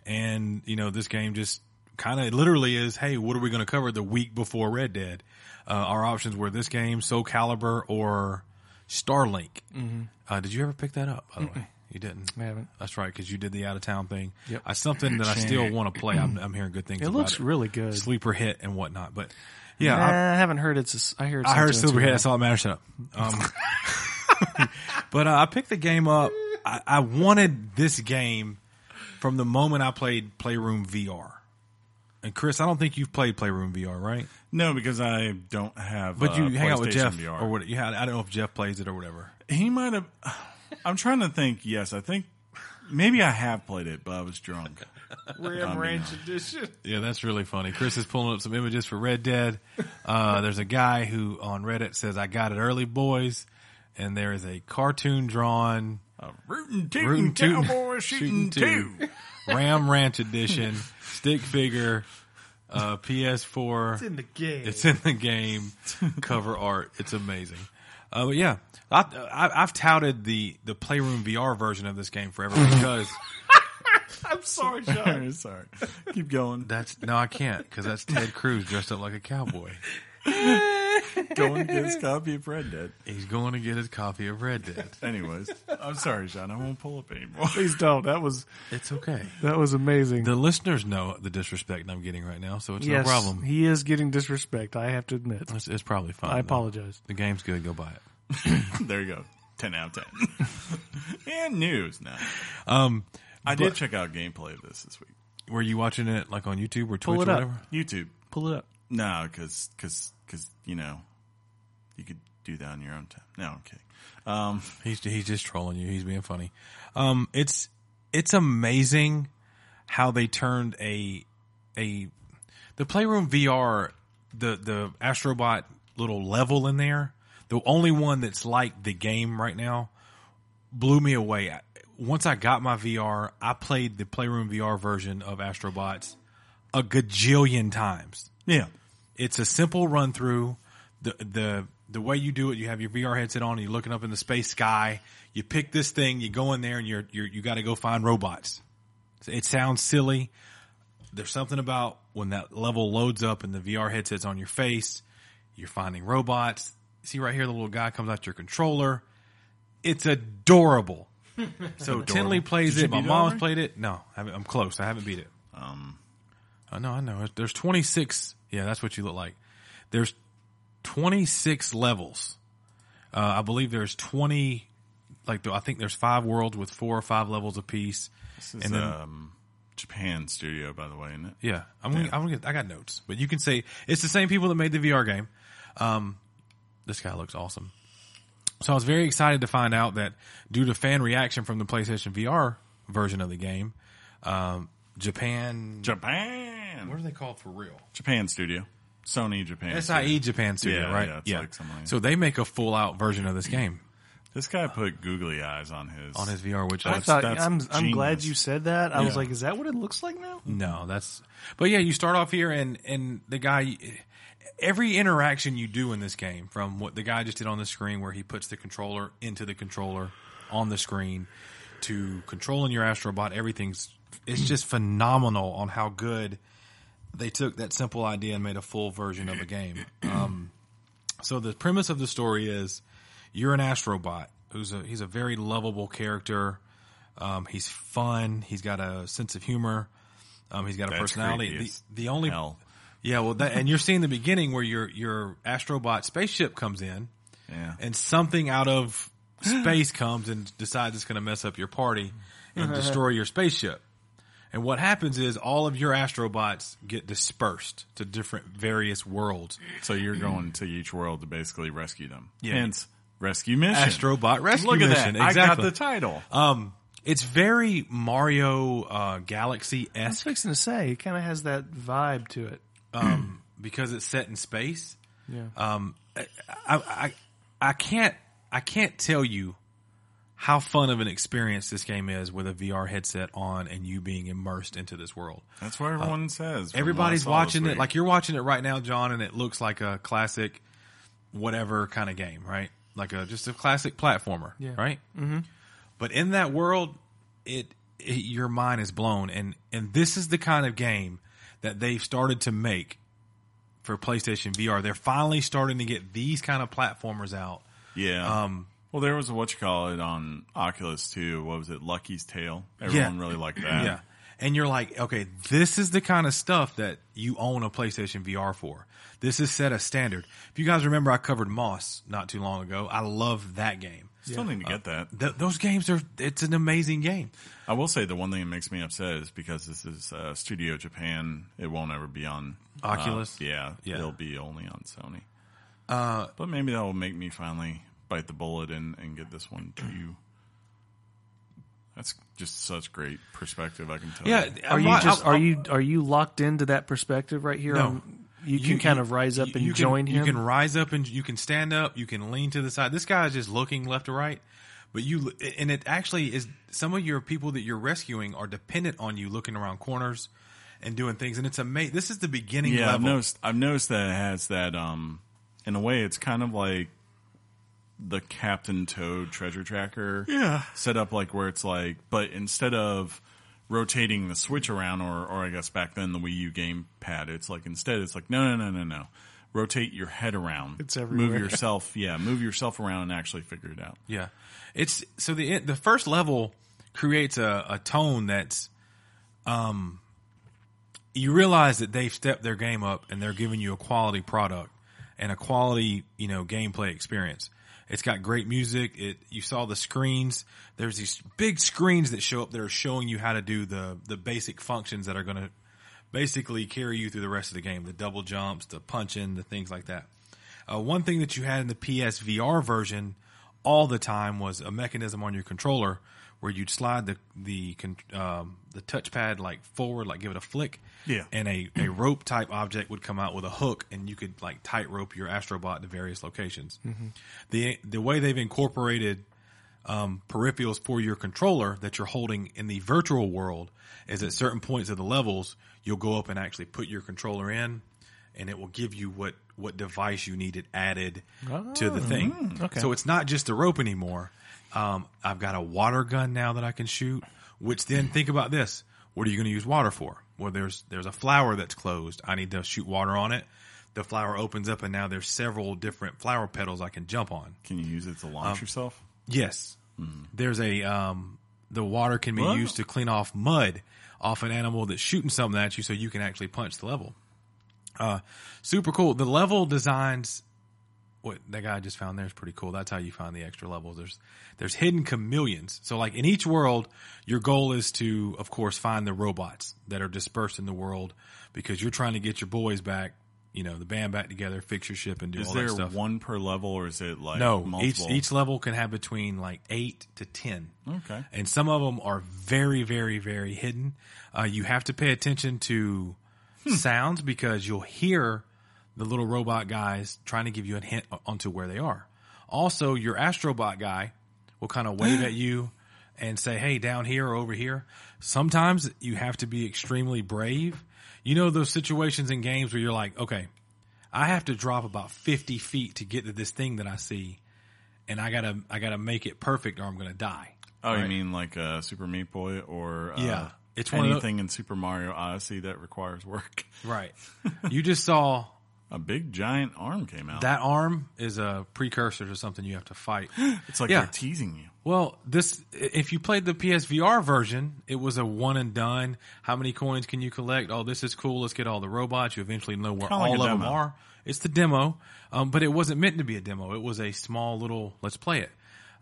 and you know this game just kind of literally is. Hey, what are we going to cover the week before Red Dead? Uh, our options were this game, Soul Calibur, or Starlink. Mm-hmm. Uh, did you ever pick that up? By the way, you didn't. I haven't. That's right, because you did the out of town thing. Yep. I something that I still want to play. I'm, I'm hearing good things. It about looks it. really good. sleeper hit and whatnot. But yeah, Nah, I- I, haven't heard it's. a s- I heard. I heard something Silverhead. too. That's all that matters. Shut up. Um, *laughs* but uh, I picked the game up. I, I wanted this game from the moment I played Playroom VR. And Chris, I don't think you've played Playroom VR, right? No, because I don't have. But you uh, hang out with PlayStation Jeff VR. or what? Yeah, I don't know if Jeff plays it or whatever. He might have. I'm trying to think. Yes, I think maybe I have played it, but I was drunk. Ram Ranch *laughs* Edition. Yeah, that's really funny. Chris is pulling up some images for Red *laughs* Dead. Uh, there's a guy who on Reddit says, "I got it early, boys," and there is a cartoon drawn Uh, rootin' tootin' Rootin' tootin', cowboy *laughs* shootin' shootin' too. *laughs* too. Ram Ranch Edition, stick figure, uh, PS4. It's in the game. It's in the game. Cover art. It's amazing. Uh, but yeah, I, I, I've touted the the Playroom VR version of this game forever *laughs* because I'm sorry, John. Sorry, sorry. Keep *laughs* going. that's no, I can't because that's Ted Cruz dressed up like a cowboy. Go and get his copy of Red Dead. He's going to get his copy of Red Dead. Anyways, I'm sorry, Sean. I won't pull up anymore. *laughs* *laughs* Please don't. That was It's okay. that was amazing. The listeners know the disrespect I'm getting right now, so it's yes, no problem. he is getting disrespect. I have to admit. It's, it's probably fine. I though. apologize. The game's good. Go buy it. There you go. Ten *laughs* out of ten. and news now. Um, I did check out gameplay of this this week. Were you watching it like on YouTube or Twitch it or up. whatever? YouTube. Pull it up. No, because because you know you could do that on your own time. No, I'm kidding. Um, He's he's just trolling you. He's being funny. Um, it's it's amazing how they turned a a the Playroom VR the the Astrobot little level in there, the only one that's like the game right now, blew me away. I- Once I got my VR, I played the Playroom VR version of Astrobots a gajillion times yeah, it's a simple run through. The the the way you do it, you have your VR headset on, and you're looking up in the space sky. You pick this thing, you go in there, and you're, you're you got to go find robots. It sounds silly. There's something about when that level loads up and the VR headset's on your face, you're finding robots. See right here, the little guy comes out your controller. *laughs* It's adorable. So Tinley plays Did you it. My beat it mom's already? played it. No, I haven't- I'm close. I haven't beat it. Um. I know, I know. There's 26. Yeah, that's what you look like. There's 26 levels. Uh, I believe there's 20. Like I think there's five worlds with four or five levels apiece. this is And then- um, Japan studio, by the way, isn't it? Yeah, I'm gonna, I'm gonna get, I got notes, but you can say it's the same people that made the VR game. Um, this guy looks awesome. So I was very excited to find out that due to fan reaction from the PlayStation VR version of the game, um, Japan. Japan. What are they called for real? Japan studio. Sony Japan. studio. SIE Japan Studio, Yeah, right? yeah, it's like something like so they make a full out version of this game This guy put googly eyes on his. on his VR, which I I thought that's I'm I'm glad genius. you said that. I was Yeah. like, is that what it looks like now? no, that's. But yeah, you start off here, and and the guy, every interaction you do in this game, from what the guy just did on the screen, where he puts the controller into the controller on the screen, to controlling your astrobot, everything's it's just phenomenal on how good they took that simple idea and made a full version of a game. Um, so the premise of the story is you're an astrobot who's a he's a very lovable character. Um, he's fun. He's got a sense of humor. Um, he's got a That's personality. creepy The, as the only hell. yeah, well, that, and you're seeing the beginning where your your astrobot spaceship comes in, Yeah. and something *gasps* out of space comes and decides it's going to mess up your party *laughs* and destroy your spaceship. And what happens is all of your astrobots get dispersed to different various worlds. So you're going to each world to basically rescue them. Yeah. Hence, rescue mission. Astrobot rescue Look at mission. that. I got Exactly. the title. um, it's very Mario uh, Galaxy I was esque fixing to say. It kind of has that vibe to it. um, because it's set in space. Yeah. um, I, I, I can't, I can't tell you how fun of an experience this game is with a VR headset on and you being immersed into this world. That's what everyone says. from Uh, Everybody's what I saw this watching it, week. like you're watching it right now, John, and it looks like a classic, whatever kind of game, right? like a just a classic platformer, Yeah. right? Mm-hmm. But in that world, it, it your mind is blown, and and this is the kind of game that they've started to make for PlayStation VR. They're finally starting to get these kind of platformers out. Yeah. Um, well, there was a what you call it on Oculus too. What was it? Lucky's Tale. Everyone really liked that. Yeah. And you're like, okay, this is the kind of stuff that you own a PlayStation VR for. This is set a standard. If you guys remember, I covered Moss not too long ago. I love that game. Still need to get that. Th- those games are, it's an amazing game. I will say the one thing that makes me upset is because this is uh, Studio Japan. It won't ever be on uh, Oculus? yeah, Yeah. it'll be only on Sony. Uh, but maybe that will make me finally bite the bullet and, and get this one too. That's just such great perspective. I can tell. Yeah. you. I'm Are you not- just I'm- are you are you locked into that perspective right here? No. on- you can kind of rise up you- and you can- join him. You can rise up and you can stand up. You can lean to the side. This guy is just looking left to right. But you and it actually is some of your people that you're rescuing are dependent on you looking around corners and doing things. And it's amazing. This is the beginning yeah. I've level. noticed. I've noticed that it has that. Um, in a way, it's kind of like the Captain Toad Treasure Tracker. Yeah. set up like where it's like, but instead of rotating the Switch around, or, or I guess back then the Wii U game pad, it's like instead it's like no, no, no, no, no, rotate your head around. It's everywhere. Move yourself, yeah, move yourself around and actually figure it out. Yeah, it's so the the first level creates a, a tone that's, um, you realize that they've stepped their game up and they're giving you a quality product and a quality you know gameplay experience. It's got great music. It you saw the screens. There's these big screens that show up that are showing you how to do the the basic functions that are going to basically carry you through the rest of the game. The double jumps, the punching, the things like that. Uh, one thing that you had in the PSVR version all the time was a mechanism on your controller where you'd slide the the con- um, the touchpad like forward, like give it a flick, Yeah. and a, a rope type object would come out with a hook, and you could like tightrope your astrobot to various locations. The the way they've incorporated um, peripherals for your controller that you're holding in the virtual world is at certain points of the levels, you'll go up and actually put your controller in and it will give you what, what device you needed added to the thing. okay. So it's not just the rope anymore. Um, I've got a water gun now that I can shoot, which then think about this. What are you going to use water for? Well, there's, there's a flower that's closed. I need to shoot water on it. The flower opens up and now there's several different flower petals I can jump on. Can you use it to launch Oh. yourself? Yes. Mm. There's a um the water can be Wow. used to clean off mud off an animal that's shooting something at you so you can actually punch the level. Uh super cool. The level designs what that guy I just found there is pretty cool. That's how you find the extra levels. There's there's hidden chameleons. So like in each world, your goal is to of course find the robots that are dispersed in the world because you're trying to get your boys back, you know, the band back together, fix your ship and do Is all there that stuff. one per level, or is it like No, multiple? each each level can have between like eight to ten, okay, and some of them are very, very, very hidden. Uh, you have to pay attention to Hmm. sounds because you'll hear the little robot guys trying to give you a hint o- onto where they are. Also, your astrobot guy will kind *gasps* of wave at you and say, "Hey, down here or over here." Sometimes you have to be extremely brave. You know those situations in games where you're like, "Okay, I have to drop about 50 feet to get to this thing that I see and I gotta, I gotta make it perfect or I'm gonna die. oh, you mean like uh, Super Meat Boy or uh, Yeah. It's one of the- anything in Super Mario Odyssey that requires work? Right. *laughs* you just saw A big giant arm came out. that arm is a precursor to something you have to fight. *gasps* it's like yeah. they're teasing you. Well, this, if you played the PSVR version, it was a one and done. How many coins can you collect? Oh, this is cool. Let's get all the robots. You eventually know where Kinda all like of a them demo. are. It's the demo. Um, but it wasn't meant to be a demo. It was a small little, let's play it.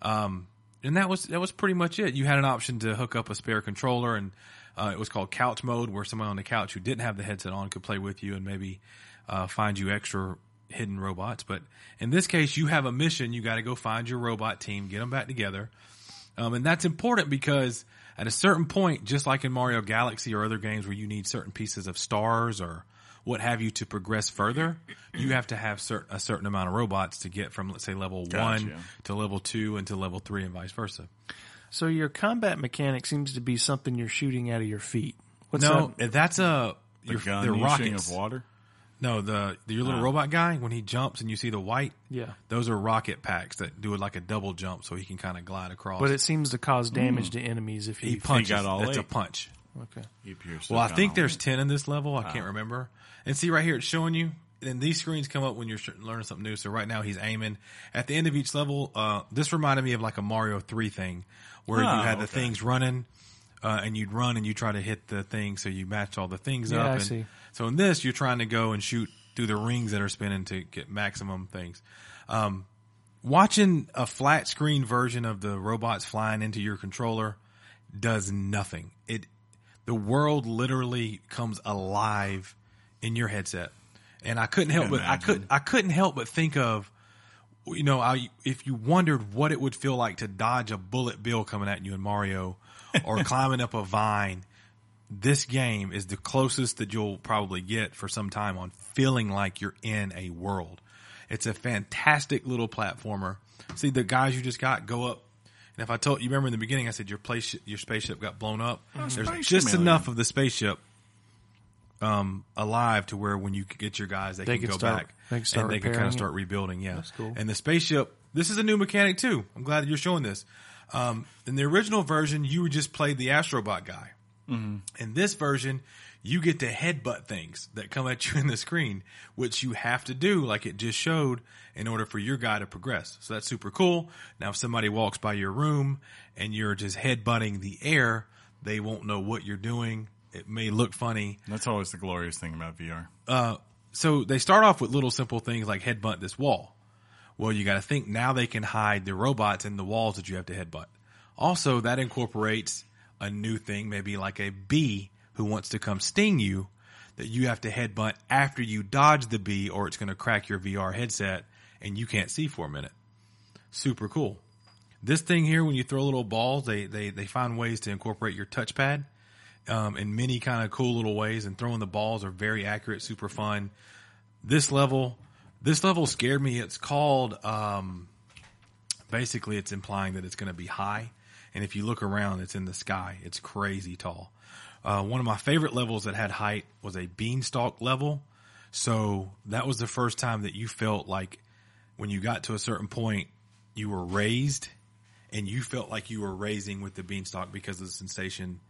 Um, and that was that was pretty much it. You had an option to hook up a spare controller, and uh, it was called couch mode, where someone on the couch who didn't have the headset on could play with you and maybe uh, find you extra hidden robots. But in this case, you have a mission. You got to go find your robot team, get them back together, um, and that's important because at a certain point, just like in Mario Galaxy or other games where you need certain pieces of stars or what have you to progress further, you have to have cer- a certain amount of robots to get from, let's say, level one Gotcha. to level two and to level three and vice versa. so your combat mechanic seems to be something you're shooting out of your feet. What's no, that? that's a The your, gun they're the shooting rockets. of water. No, the your Oh. little robot guy when he jumps and you see the white. Yeah. Those are rocket packs that do it like a double jump, so he can kind of glide across. But it seems to cause damage to enemies if Hmm. he you. punches. got all That's a eight. punch. okay. He pierced Well, I it Oh. think down. there's ten in this level. I can't remember. And see, right here it's showing you. And these screens come up when you're sh- learning something new. So right now he's aiming at the end of each level. Uh, this reminded me of like a Mario Three thing, where you Oh, had the okay. things running, uh, and you'd run and you try to hit the thing, so you match all the things Yeah, up. I and, see. So in this, you're trying to go and shoot through the rings that are spinning to get maximum things. Um, watching a flat screen version of the robots flying into your controller does nothing. It the world literally comes alive in your headset. And I couldn't help but I could I couldn't help but think of you know, I, if you wondered what it would feel like to dodge a bullet bill coming at you in Mario or climbing up a vine, this game is the closest that you'll probably get for some time on feeling like you're in a world. It's a fantastic little platformer. See the guys you just got go up. And if I told you, remember in the beginning, I said your place, your spaceship got blown up. There's Space just Chameleon. enough of the spaceship um, alive to where when you get your guys, they, They can, can go start- back they can start and they can repairing kind of it. start start rebuilding. Yeah, That's cool. And the spaceship. This is a new mechanic too. I'm glad that you're showing this. Um, in the original version, you would just play the astrobot guy. Mm-hmm. In this version, you get to headbutt things that come at you *laughs* in the screen, which you have to do, like it just showed, in order for your guy to progress. So that's super cool. Now, if somebody walks by your room and you're just headbutting the air, they won't know what you're doing. It may look funny, That's always the glorious thing about VR. so they start off with little simple things like headbutt this wall. Well, you got to think now they can hide the robots in the walls that you have to headbutt. Also, that incorporates a new thing, maybe like a bee who wants to come sting you that you have to headbutt after you dodge the bee or it's going to crack your VR headset and you can't see for a minute. Super cool. This thing here, when you throw little balls, they, they, they find ways to incorporate your touchpad um, in many kind of cool little ways, and throwing the balls are very accurate, super fun. This level, this level scared me. It's called, um, basically, it's implying that it's going to be high, and if you look around, it's in the sky. It's crazy tall. Uh, one of my favorite levels that had height was a beanstalk level. So that was the first time that you felt like when you got to a certain point, you were raised and you felt like you were raising with the beanstalk because of the sensation,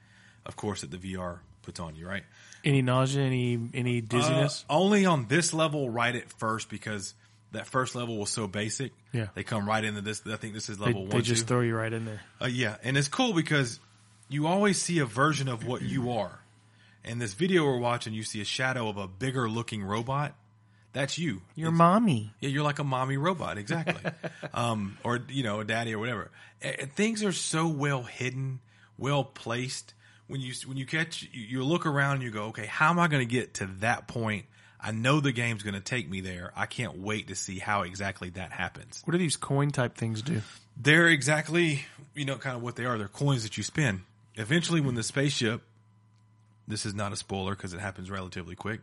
of course, that the VR puts on you, right? Any nausea? Any any dizziness? Uh, only on this level right at first because that first level was so basic. Yeah. They come right into this. I think this is they level one. they just two. throw you right in there. Uh, yeah, and it's cool because you always see a version of what you are. In this video we're watching, you see a shadow of a bigger looking robot. That's you. Your mommy. Yeah, you're like a mommy robot, exactly. um, or you know, a daddy or whatever. Eh, eh, things are so well hidden, well placed. When you when you catch, you, you look around and you go, okay, how am I going to get to that point? I know the game's going to take me there. I can't wait to see how exactly that happens. What do these coin type things do? They're exactly, you know, kind of what they are. They're coins that you spin. Eventually, when the spaceship, this is not a spoiler because it happens relatively quick,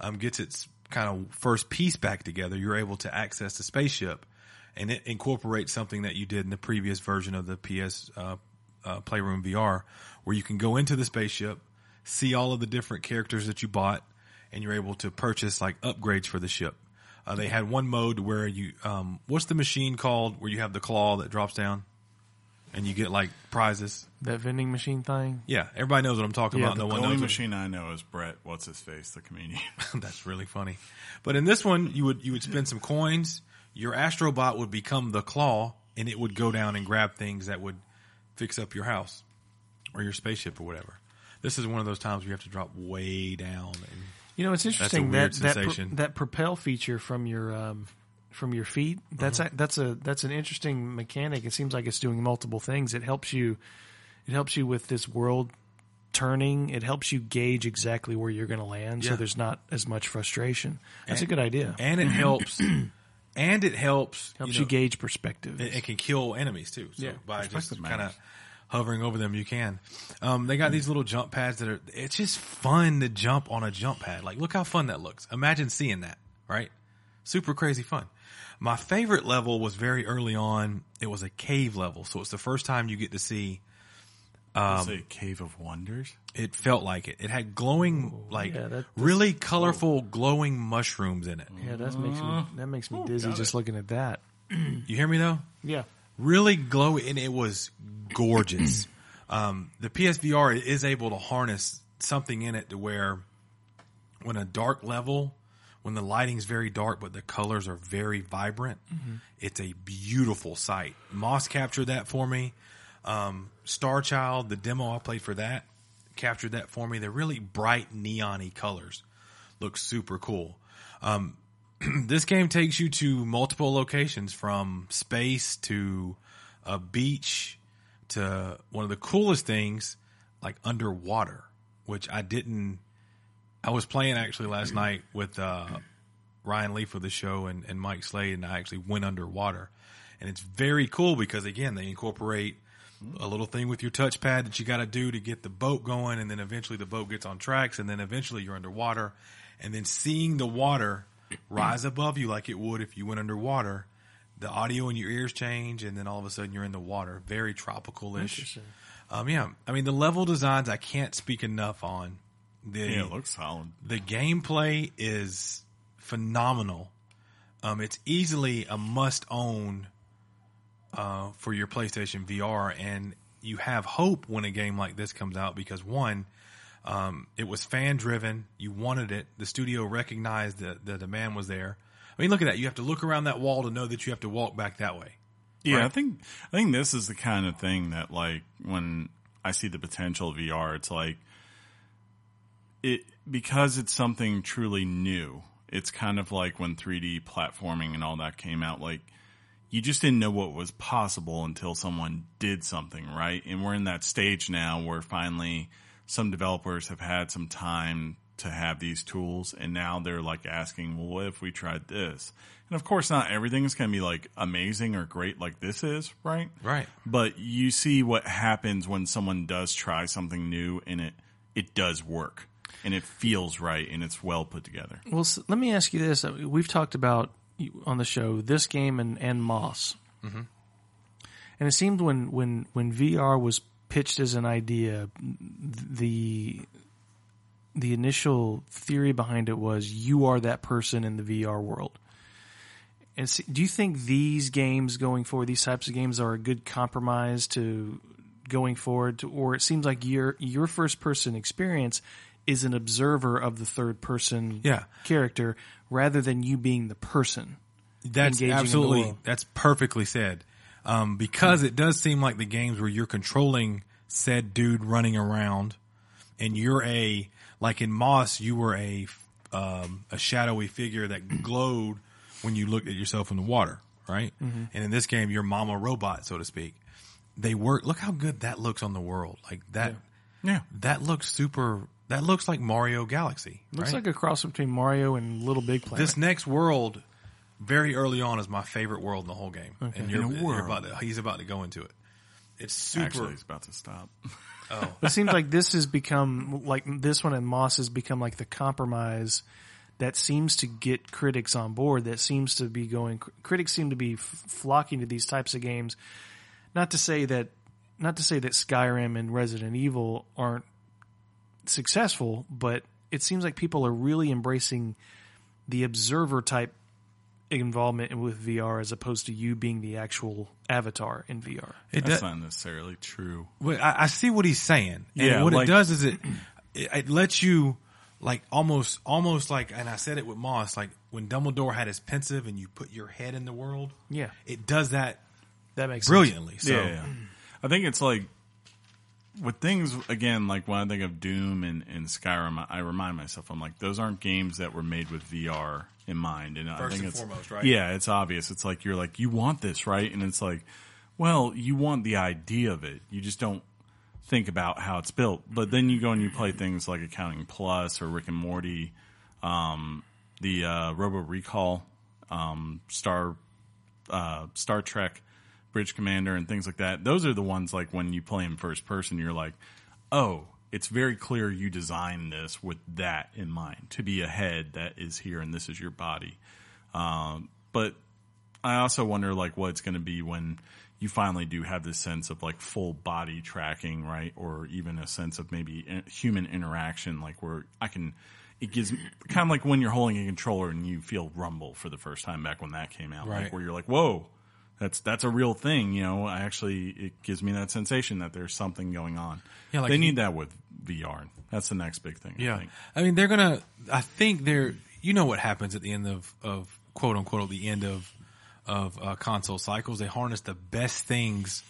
um, gets its kind of first piece back together, you're able to access the spaceship and it incorporates something that you did in the previous version of the PS uh, uh, Playroom VR, where you can go into the spaceship, see all of the different characters that you bought, and you're able to purchase like upgrades for the ship. Uh, they had one mode where you, um, what's the machine called where you have the claw that drops down and you get like prizes? That vending machine thing. Yeah, everybody knows what I'm talking Yeah, about. the No The one only knows. what- machine I know is Brett. What's his face? The comedian. *laughs* *laughs* That's really funny. But in this one, you would you would spend some coins. Your astrobot would become the claw, and it would go down and grab things that would fix up your house or your spaceship or whatever. This is one of those times where you have to drop way down. And You know, it's interesting weird that that, pro- sensation. that propel feature from your um, from your feet. That's Uh-huh. a, that's a that's an interesting mechanic. It seems like it's doing multiple things. It helps you. It helps you with this world turning. It helps you gauge exactly where you're going to land, so Yeah. there's not as much frustration. That's a good idea. and it *clears throat* helps. and it helps. helps know, you, gauge perspective. it, it can kill enemies too. So Yeah. by just Perspective kind of matters. hovering over them, you can. Um, they got these little jump pads that are. It's just fun to jump on a jump pad. Like, look how fun that looks. Imagine seeing that, right? Super crazy fun. My favorite level was very early on. It was a cave level, so it's the first time you get to see Um, say Cave of Wonders. It felt like it. It had glowing, like yeah, that- Mm-hmm. really colorful, glowing mushrooms in it. Yeah, that makes me that makes me dizzy got just looking at that. You hear me though? Yeah. Really glowy, and it was gorgeous. um, the PSVR is able to harness something in it to where when a dark level, when the lighting's very dark but the colors are very vibrant, it's a beautiful sight. Moss captured that for me. Um, Star Child, the demo I played for that, captured that for me. They're really bright neon-y colors. Looks super cool. Um, *clears throat* this game takes you to multiple locations from space to a beach to one of the coolest things like underwater, which I didn't I was playing actually last night with uh, Ryan Leaf of the show and, and Mike Slade, and I actually went underwater. And it's very cool because, again, they incorporate a little thing with your touchpad that you got to do to get the boat going. And then eventually the boat gets on tracks, and then eventually you're underwater. And then seeing the water rise above you like it would if you went underwater, the audio in your ears change, and then all of a sudden you're in the water. Very tropical ish. Um, yeah. I mean, the level designs I can't speak enough on. The, Yeah, it looks solid. the gameplay is phenomenal. Um, it's easily a must own uh, for your PlayStation VR, and you have hope when a game like this comes out because one, um, it was fan driven. You wanted it. The studio recognized that the demand was there. I mean, look at that. You have to look around that wall to know that you have to walk back that way. Yeah, I think I think this is the kind of thing that like when I see the potential of VR, it's like it because it's something truly new. It's kind of like when 3D platforming and all that came out like you just didn't know what was possible until someone did something, right? And we're in that stage now where finally some developers have had some time to have these tools and now they're like asking, well, what if we tried this? And of course, not everything's going to be like amazing or great like this is, right? Right. But you see what happens when someone does try something new and it, it does work and it feels right and it's well put together. Well, s let me ask you this: Uh, We've talked about you- on the show this game and and Moss, and it seemed when when when VR was pitched as an idea, th- the the initial theory behind it was you are that person in the VR world. And see, do you think these games going forward, these types of games, are a good compromise to going forward? To, or it seems like your your first person experience is an observer of the third person Yeah. character rather than you being the person. That's engaging in the absolutely world. that's perfectly said. Um, because it does seem like the games where you're controlling said dude running around, and you're a like in Moss, you were a um, a shadowy figure that glowed when you looked at yourself in the water, right? Mm-hmm. And in this game, you're Mama Robot, so to speak. They work. Look how good that looks on the world. Like that. Yeah. That looks super. That looks like Mario Galaxy. Looks right? like a cross between Mario and Little Big Planet. This next world, very early on, is my favorite world in the whole game. And you're, In a and you're world. about to, he's about to go into it. It's super. Actually, it's about to stop. But it seems like this has become like this one and Moss has become like the compromise that seems to get critics on board. That seems to be going. Critics seem to be f- flocking to these types of games. Not to say that, not to say that Skyrim and Resident Evil aren't successful, but it seems like people are really embracing the observer type involvement with VR as opposed to you being the actual avatar in VR. it That's does, not necessarily true. well, I, I see what he's saying. And Yeah, what like- it does is it, it it lets you like almost almost like, and I said it with Moss, like when Dumbledore had his pensive and you put your head in the world. Yeah. it does that That makes sense. brilliantly. So yeah, yeah. I think it's like with things again, like when I think of Doom and, and Skyrim, I, I remind myself I'm like those aren't games that were made with VR in mind. And I First think and it's foremost, right? yeah, it's obvious. It's like you're like you want this, right? And it's like, well, you want the idea of it. You just don't think about how it's built. But then you go and you play things like Accounting Plus or Rick and Morty, um, the uh, Robo Recall, um, Star uh, Star Trek, Bridge Commander, and things like that. Those are the ones like when you play in first person, you're like, oh, it's very clear you designed this with that in mind to be a head that is here and this is your body. Um, but I also wonder like what it's going to be when you finally do have this sense of like full body tracking, right? Or even a sense of maybe in- human interaction, like where I can. It gives kind of like when you're holding a controller and you feel rumble for the first time back when that came out, Right. like where you're like, "Whoa, that's that's a real thing." You know, I actually it gives me that sensation that there's something going on. Yeah, like they you- need that with VR. That's the next big thing. I Yeah, think. I mean they're gonna. I think they're. You know what happens at the end of of quote unquote at the end of of uh, console cycles? They harness the best things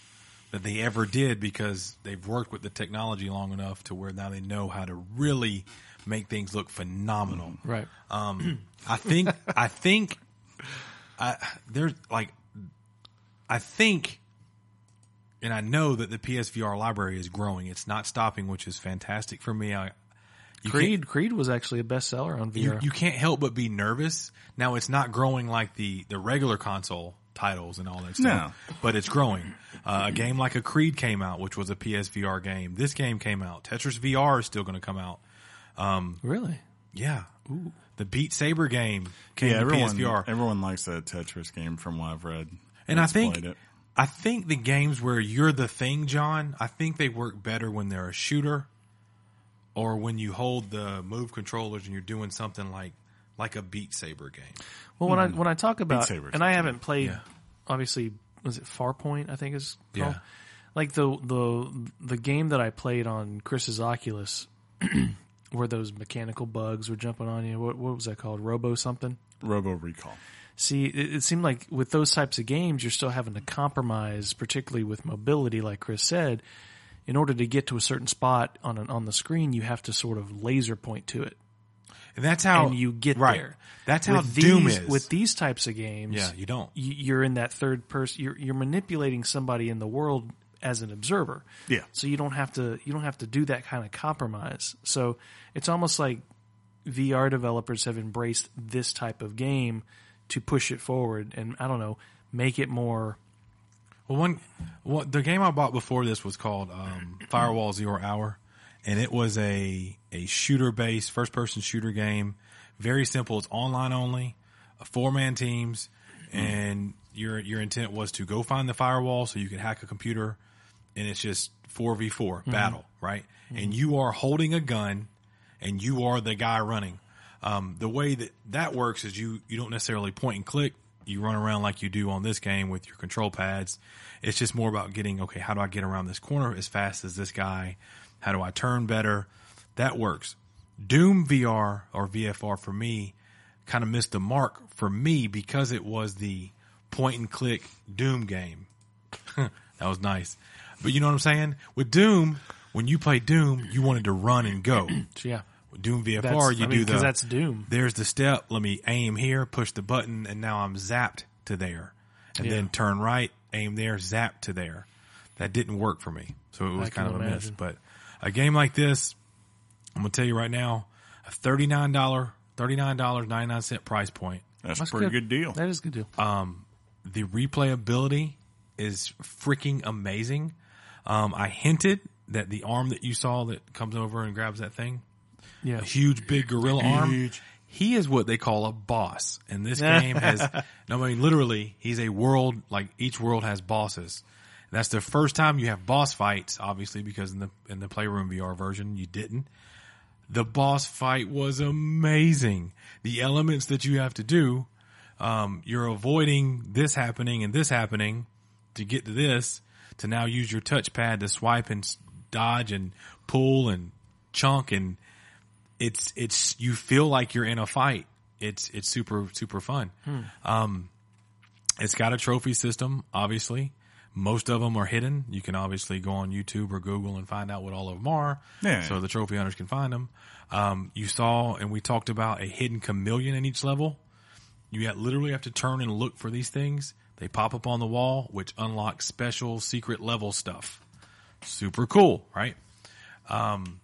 that they ever did because they've worked with the technology long enough to where now they know how to really make things look phenomenal. Right. Um, I think I think I there's like I think and I know that the PSVR library is growing. It's not stopping, which is fantastic for me. I you can't- Creed Creed was actually a bestseller on you, VR. you can't help but be nervous. Now it's not growing like the the regular console titles and all that stuff, but it's growing. Uh, a game like a Creed came out, which was a PSVR game. This game came out. Tetris VR is still going to come out. really? Yeah. The Beat Saber game came yeah, to everyone, PSVR. everyone likes that Tetris game from what I've read. and I That's think played it. I think the games where you're the thing, John, I think they work better when they're a shooter or when you hold the move controllers and you're doing something like like a Beat Saber game. Well, when I Hmm. when I talk about Saber's and I something. haven't played, Yeah. obviously, was it Farpoint? I think is called. Yeah. Like the the the game that I played on Chris's Oculus, *clears throat* where those mechanical bugs were jumping on you. What what was that called? Robo something. Robo Recall. See, it, it seemed like with those types of games, you're still having to compromise, particularly with mobility, like Chris said. In order to get to a certain spot on an, on the screen, you have to sort of laser point to it. And that's how And you get right. there. That's how with Doom these, is. with these types of games. yeah, you don't. you- you're in that third person you're you're manipulating somebody in the world as an observer Yeah. so you don't have to you don't have to do that kind of compromise so it's almost like VR developers have embraced this type of game to push it forward and I don't know make it more Well, one, well, the game I bought before this was called um, *clears throat* Firewall Zero Hour, and it was a a shooter based first person shooter game. Very simple. It's online only, four man teams, and your your intent was to go find the firewall so you could hack a computer, and it's just four v four Hmm. battle, right? And you are holding a gun, and you are the guy running. Um, the way that that works is you you don't necessarily point and click. You run around like you do on this game with your control pads. It's just more about getting okay. How do I get around this corner as fast as this guy? How do I turn better? That works. Doom VR or VFR for me kind of missed the mark for me because it was the point and click Doom game. *laughs* That was nice. But you know what I'm saying? With Doom, when you play Doom, you wanted to run and go. yeah With Doom VFR, that's, you I mean, do the 'cause that's doom there's the step. Let me aim here, push the button, and now I'm zapped to there. And then turn right, aim there, zap to there. That didn't work for me. So it was I can kind of a miss. imagine. But a game like this, I'm gonna tell you right now, a thirty nine dollar thirty nine dollars ninety nine cent price point. That's, a pretty good, deal. that is a good deal Uh, The replayability is freaking amazing. Um, I hinted that the arm that you saw that comes over and grabs that thing, yeah a huge big gorilla arm. Huge. He is what they call a boss, and this game has. No, I mean literally, he's a world like each world has bosses. That's the first time you have boss fights, obviously, because in the in the Playroom VR version you didn't. The boss fight was amazing. The elements that you have to do, um, you're avoiding this happening and this happening to get to this. To now use your touchpad to swipe and s- dodge and pull and chunk and it's it's you feel like you're in a fight. It's it's super super fun. Um, it's got a trophy system, obviously. Most of them are hidden. You can obviously go on YouTube or Google and find out what all of them are, Yeah. so the trophy hunters can find them. Um, you saw and we talked about a hidden chameleon in each level. You ha- literally have to turn and look for these things. They pop up on the wall, which unlocks special secret level stuff. Super cool, right? Um,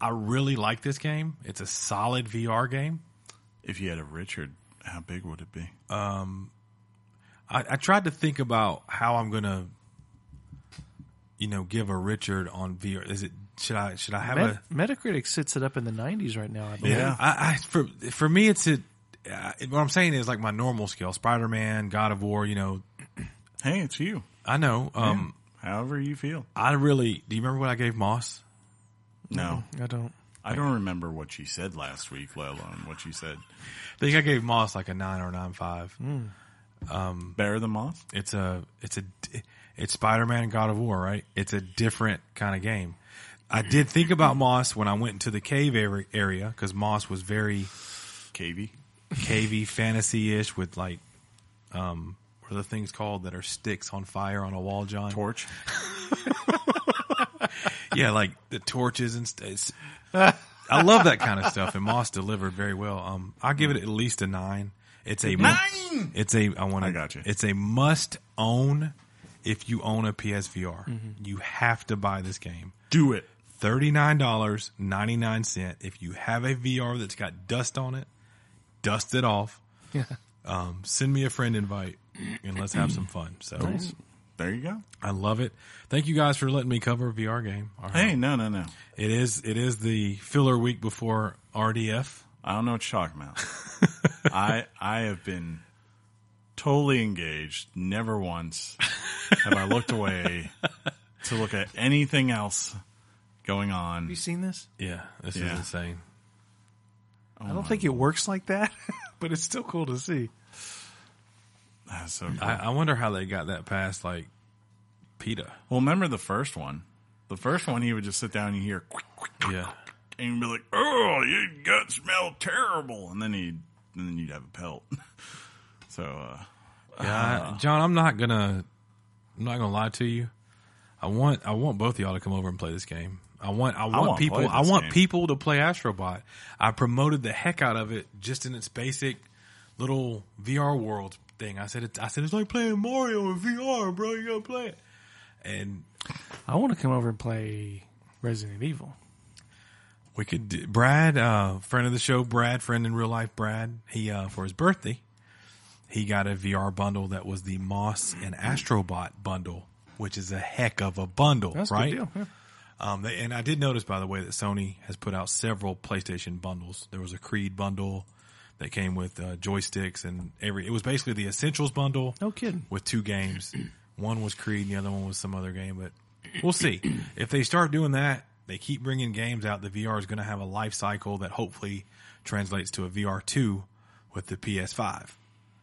I really like this game. It's a solid VR game. If you had a Richard, how big would it be? I, I tried to think about how I'm gonna, you know, give a Richard on VR. Is it should I should I have Met- a? Metacritic sits it up in the 90s right now I believe Yeah. I, I for for me it's a uh, what I'm saying is like my normal skill, Spider Man, God of War. You know, Hey, it's you. I know. Um, However you feel. I really. Do you remember what I gave Moss? No, I don't. *laughs* I don't remember what you said last week, let alone what you said. I think I gave Moss like a nine or nine five. Better than Moss? It's a it's a di- it's Spider Man and God of War, right? It's a different kind of game. I did think about Moss when I went into the cave ar- area because Moss was very KV? cavey, fantasy ish with like um what are the things called that are sticks on fire on a wall, John? Torch? yeah, like the torches and stuff. I love that kind of stuff, and Moss delivered very well. Um, I give it at least a nine. It's a Nine! It's a I want to. I got you. It's a must own. If you own a PSVR, Mm-hmm. you have to buy this game. Do it. Thirty nine dollars ninety nine cent. If you have a VR that's got dust on it, dust it off. Yeah. Um, send me a friend invite and let's have some fun. So There you go. I love it. Thank you guys for letting me cover a VR game. All right. Hey, no, no, no. It is it is the filler week before RDF. I don't know what you're talking about. I I have been totally engaged. Never once have I looked away to look at anything else going Have on. *laughs* you seen this? Yeah, this Yeah. is insane. I don't think it works like that, *laughs* but it's still cool to see. That's so I, I wonder how they got that past like PETA. well, remember the first one? The first one, he would just sit down and hear, quick, quick, quick, Yeah. and he'd be like, "Oh, your gut smell terrible," and then he'd and then you'd have a pelt. *laughs* so uh, Yeah, I- John, I'm not gonna I'm not gonna lie to you. I want I want both of y'all to come over and play this game. I want I want, wanna play people this I want game. people to play Astrobot. I promoted the heck out of it just in its basic little VR world thing. I said it's I said it's like playing Mario in VR, bro. You gotta play it. And I want to come over and play Resident Evil. We could. do- Brad, uh, friend of the show, Brad, friend in real life, Brad. He uh, for his birthday, he got a VR bundle that was the Moss and Astrobot bundle, which is a heck of a bundle, That's right? a good deal. Yeah. Um, they, and I did notice, by the way, that Sony has put out several PlayStation bundles. There was a Creed bundle that came with uh, joysticks and every. It was basically the Essentials bundle No kidding. with two games. One was Creed, and the other one was some other game. But we'll see if they start doing that. They keep bringing games out. The VR is going to have a life cycle that hopefully translates to a VR two with the PS five.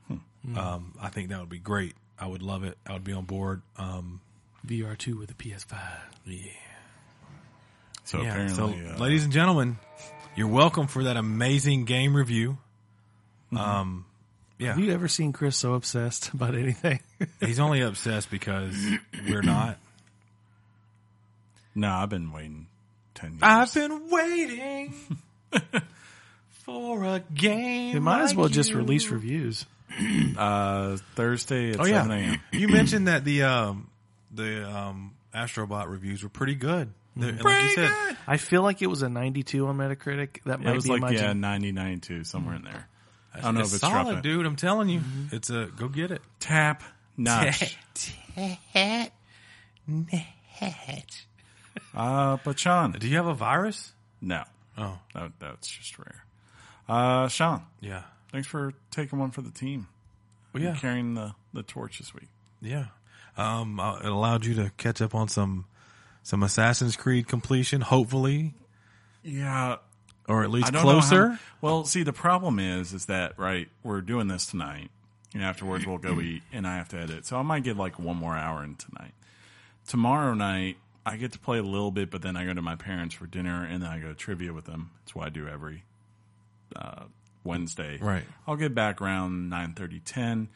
Um, I think that would be great. I would love it. I would be on board. Um, VR2 with a PS5. so yeah. So, apparently, uh, ladies and gentlemen, you're welcome for that amazing game review. Um, yeah, Have you ever seen Chris so obsessed *laughs* about anything? he's only obsessed because we're not. no, I've been waiting ten years. I've been waiting *laughs* for a game. They might as well like just you. release reviews. uh, Thursday at Oh seven *laughs* yeah, a.m. you mentioned that the um, the um, Astrobot reviews were pretty good. They're- and like you said, I feel like it was a 92 on Metacritic. That might It was be like my yeah, 90, 92, somewhere in there. I don't know it's if it's solid, dropping. dude. I'm telling you, it's a go get it. Tap *laughs* notch. Uh, but Sean, Do you have a virus? no, Oh that, that's just rare. Uh, Sean, yeah, thanks for taking one for the team. well, yeah, carrying the the torch this week. yeah. Um, uh, it allowed you to catch up on some some Assassin's Creed completion, hopefully, Yeah, or at least I don't know how- closer. well, see, the problem is, is that right? We're doing this tonight, and afterwards we'll go eat, and I have to edit, so I might get like one more hour in tonight. Tomorrow night, I get to play a little bit, but then I go to my parents for dinner, and then I go to trivia with them. That's what I do every uh, Wednesday. Right. I'll get back around 9.30, 10.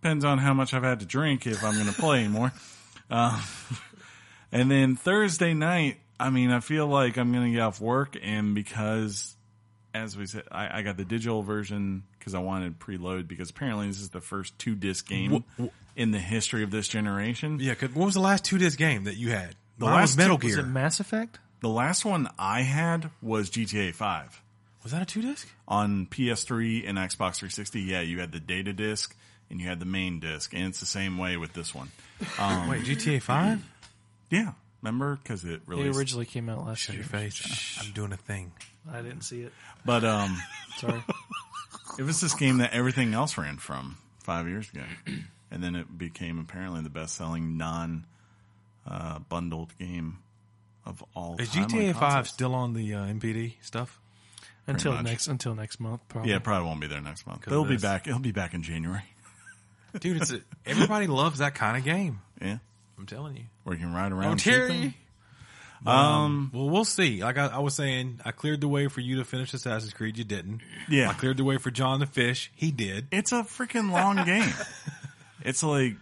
Depends on how much I've had to drink if I'm going to play anymore. *laughs* Um, And then Thursday night, I mean, I feel like I'm going to get off work. And because, as we said, I, I got the digital version because I wanted preload because apparently this is the first two disc game in the history of this generation. Yeah, 'cause what was the last two disc game that you had? The Mine was last Metal two- Gear. Was it Mass Effect? The last one I had was GTA 5 Was that a two disc? on PS3 and Xbox 360. Yeah, you had the data disc and you had the main disc. And it's the same way with this one. Wait, GTA Five? Yeah. Remember? Because it It released. originally came out last year. face! I'm doing a thing. *laughs* I didn't see it. But, um,. Sorry. It was this game that everything else ran from five years ago, *clears throat* and then it became apparently the best-selling non-bundled game of all Is time. on GTA consoles. Five still on the uh, MPD stuff? until much. next until next month. Probably. Yeah, it probably won't be there next month. of But it'll be this. back. It'll be back in January. *laughs* Dude, it's a, everybody loves that kind of game. Yeah, I'm telling you. where you can ride around. Oh, and shoot things. Terry. Um, well, we'll see. Like I, I was saying, I cleared the way for you to finish Assassin's Creed. You didn't. Yeah. I cleared the way for John the Fish. He did. It's a freaking long *laughs* game. It's like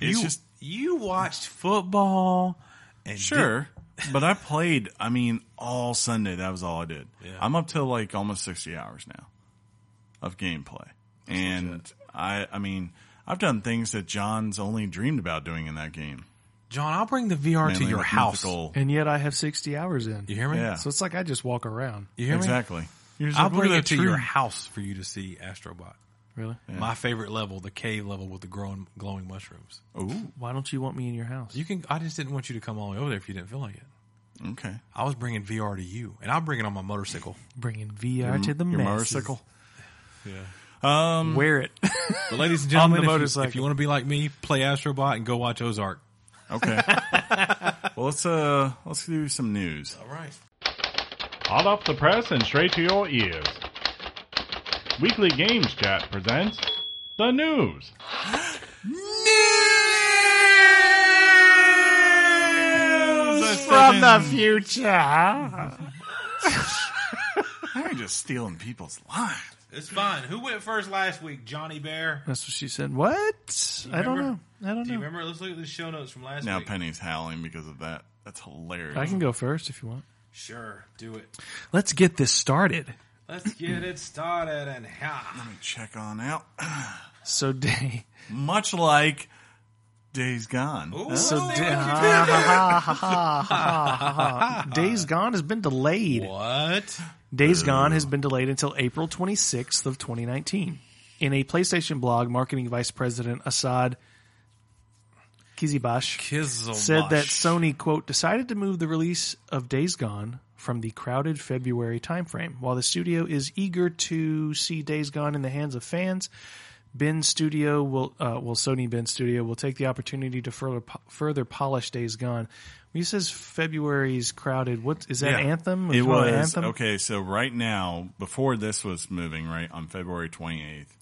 it's you, just you watched football. And sure, but I played. I mean, all Sunday. That was all I did. Yeah. I'm up to like almost sixty hours now of gameplay, and I. I mean, I've done things that John's only dreamed about doing in that game. did- John, I'll bring the VR Mainly to your with house. mythical- And yet I have 60 hours in. You hear me? Yeah. So it's like I just walk around. You hear me? Exactly. You're just I'll like, look bring at it that to your tree. house for you to see Astrobot. Really? My favorite level, the cave level with the growing, glowing mushrooms. Ooh, Why don't you want me in your house? You can. I just didn't want you to come all the way over there if you didn't feel like it. okay. I was bringing VR to you, and I'll bring it on my motorcycle. bringing VR to the Your masses. motorcycle. Yeah. Um, Wear *laughs* it. But ladies *laughs* and gentlemen, if the you- motorcycle. if you, want to be like me, play Astrobot and go watch Ozark. *laughs* Okay. well, let's uh let's do some news. All right. Hot off the press and straight to your ears. Weekly Games Chat presents the news. News From the future. They're just stealing people's lines. It's fine. Who went first last week? Johnny Bear. That's what she said. What? I don't know. remember? I don't know. remember? Let's look at the show notes from last Now Penny's howling because of that. That's hilarious. I can go first if you want. Sure, do it. Let's get this started. Let's get it started and ha. Let me check on out. So *laughs* day. Much like Days Gone. So day. Ha, ha, ha, ha, ha, ha, ha. Days Uh, Gone has been delayed. What? Days uh, Gone has been delayed until April 26th of 2019. In a PlayStation blog, marketing vice president Assad Kizibash Kizzle said that Sony quote decided to move the release of Days Gone from the crowded February timeframe. While the studio is eager to see Days Gone in the hands of fans, Ben Studio will uh, well Sony Ben Studio will take the opportunity to further po- further polish Days Gone. When he says February's crowded, what is that Yeah. Anthem? It We're calling was Anthem? okay. So right now, before this was moving, right on February twenty eighth,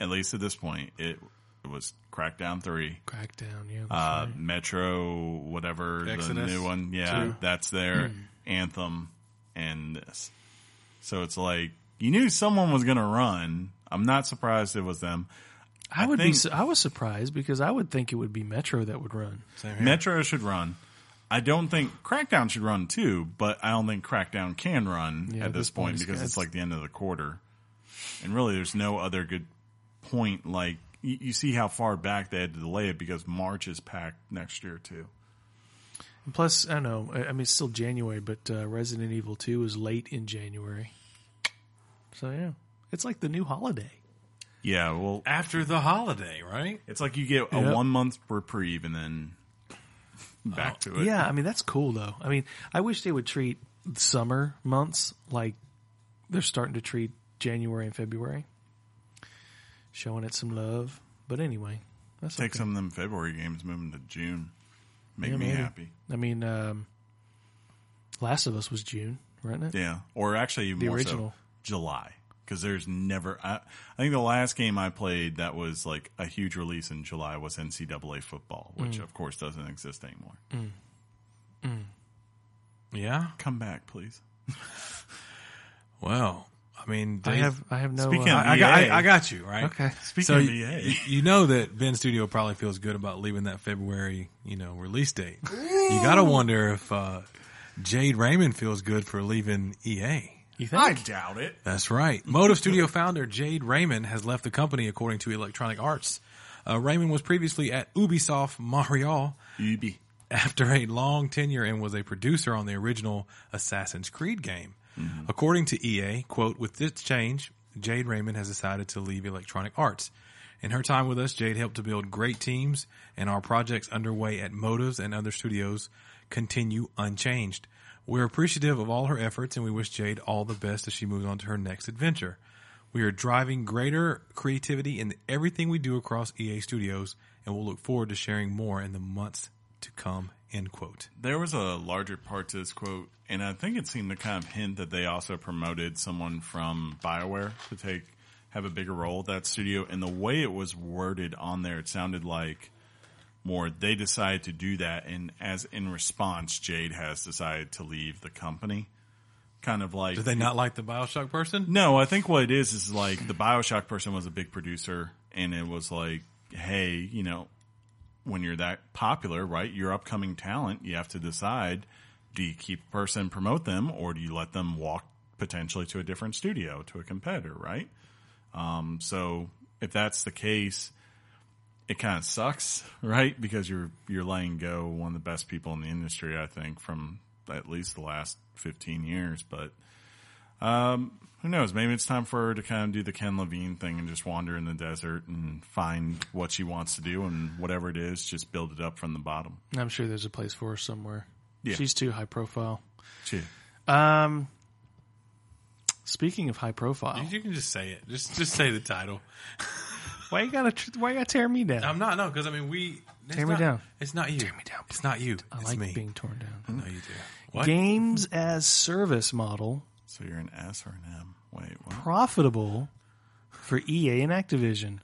at least at this point, it, it was Crackdown three, Crackdown, yeah. that's uh, right. Metro, whatever the Exodus new one. Yeah, that's there. Anthem and this. So it's like you knew someone was gonna run. I'm not surprised it was them. I would be think- su- I was surprised because I would think it would be Metro that would run. Metro should run. I don't think Crackdown should run too, but I don't think Crackdown can run Yeah, at this point it's- because it's, it's- like the end of the quarter. And really, there's no other good point. Like, you, you see how far back they had to delay it because March is packed next year too. And plus, I don't know. I I mean, it's still January, but uh, Resident Evil Two is late in January, so yeah, it's like the new holiday. Yeah, well, after the holiday, right? it's like you get a Yep. one month reprieve and then back to it. Oh, Yeah, I mean that's cool though. I mean, I wish they would treat summer months like they're starting to treat January and February, showing it some love. But anyway, that's Take okay. some of them February games, move them to June. Make Yeah, me maybe. happy. I mean, um, Last of Us was June, wasn't it? Yeah, or actually even The more so, original. July because there's never. I, I think the last game I played that was like a huge release in July was NCAA football, Mm. which of course doesn't exist anymore. Yeah. Come back, please. Well, I mean, I they- have I have no. Speaking uh, of- I, I, got- VA. I, I got you right. okay. *laughs* Speaking So of you, EA, you know that Ben Studio probably feels good about leaving that February, you know, release date. you gotta wonder if uh, Jade Raymond feels good for leaving EA. You think? I doubt it. That's right. Motive Studio founder Jade Raymond has left the company, according to Electronic Arts. Uh, Raymond was previously at Ubisoft Montreal Ubi. after a long tenure and was a producer on the original Assassin's Creed game. According to EA, quote, with this change, Jade Raymond has decided to leave Electronic Arts. In her time with us, Jade helped to build great teams and our projects underway at Motives and other studios continue unchanged. We're appreciative of all her efforts and we wish Jade all the best as she moves on to her next adventure. We are driving greater creativity in everything we do across EA Studios, and we'll look forward to sharing more in the months to come. End quote. There was a larger part to this quote, and I think it seemed to kind of hint that they also promoted someone from Bioware to take have a bigger role at that studio. And the way it was worded on there, it sounded like more they decided to do that, and as in response, Jade has decided to leave the company. Kind of like Did they not like the Bioshock person? no, I think what it is is like the Bioshock person was a big producer, and it was like, hey, you know, when you're that popular, right? You're upcoming talent. You have to decide: do you keep a person, promote them, or do you let them walk potentially to a different studio, to a competitor, right? Um, so if that's the case, it kind of sucks, *laughs* right? Because you're you're letting go one of the best people in the industry, I think, from at least the last fifteen years, but who knows? Maybe it's time for her to kind of do the Ken Levine thing and just wander in the desert and find what she wants to do and whatever it is, just build it up from the bottom. I'm sure there's a place for her somewhere. Yeah. She's too high profile. She, Um, speaking of high profile, You can just say it. Just just say the title. why you gotta tr- why you gotta tear me down? I'm not no because I mean we it's Tear me not- down. It's not you. Tear me down, It's not you. I it's like me. being torn down. no, you do. What? Games as service model so you're an S or an M? Wait, what? profitable for EA and Activision.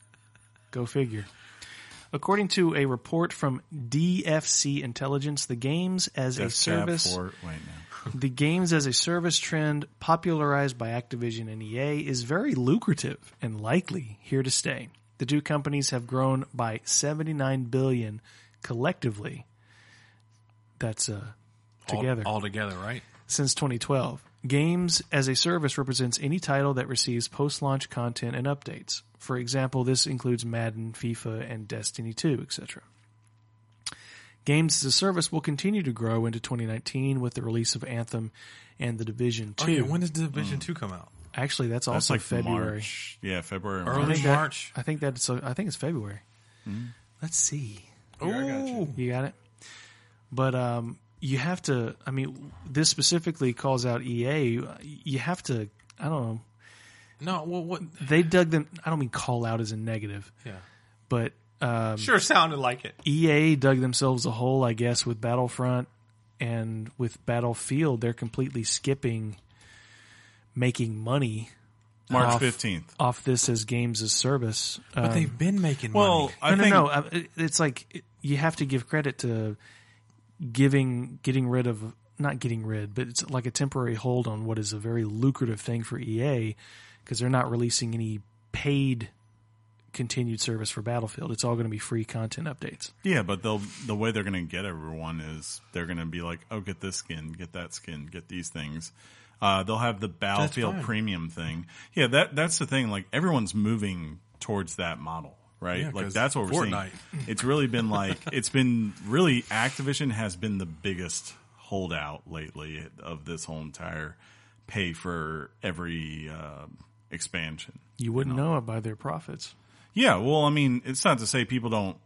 Go figure. According to a report from DFC Intelligence, the games as a That's tab service four. Wait, no. the games as a service trend popularized by Activision and EA is very lucrative and likely here to stay. The two companies have grown by 79 billion collectively. That's uh, All- together all together, right? since 2012. Games as a service represents any title that receives post-launch content and updates. For example, this includes Madden, FIFA, and Destiny 2, etc. Games as a service will continue to grow into 2019 with the release of Anthem and The Division 2. Oh, yeah. When does Division Two come out? Actually, that's That's also like February. March. Yeah, February. or Early March. that- March. Hmm. I think that's I think it's February. Let's see. Oh, You got it. But um, you have to. I mean, this specifically calls out EA. You have to. I don't know. no. Well, what? They dug them. I don't mean call out as a negative, Yeah. but um, Sure, sounded like it. EA dug themselves a hole, I guess, with Battlefront and with Battlefield. They're completely skipping making money March off- fifteenth. off this as games as service. But Um, they've been making Well, money. I no, think no, no. I- it- It's like it- you have to give credit to giving, getting rid of, not getting rid, but it's like a temporary hold on what is a very lucrative thing for EA because they're not releasing any paid continued service for Battlefield. It's all going to be free content updates. Yeah, but they'll the way they're going to get everyone is they're going to be like, oh, get this skin, get that skin, get these things. Uh, they'll have the Battlefield fine. Premium thing. Yeah, that that's the thing. Like everyone's moving towards that model, right? Yeah, like 'cause that's what we're Fortnite. seeing. *laughs* It's really been like it's been really Activision has been the biggest holdout lately of this whole entire pay for every uh, expansion. You wouldn't know it by their profits. Yeah, well, I mean, it's not to say people don't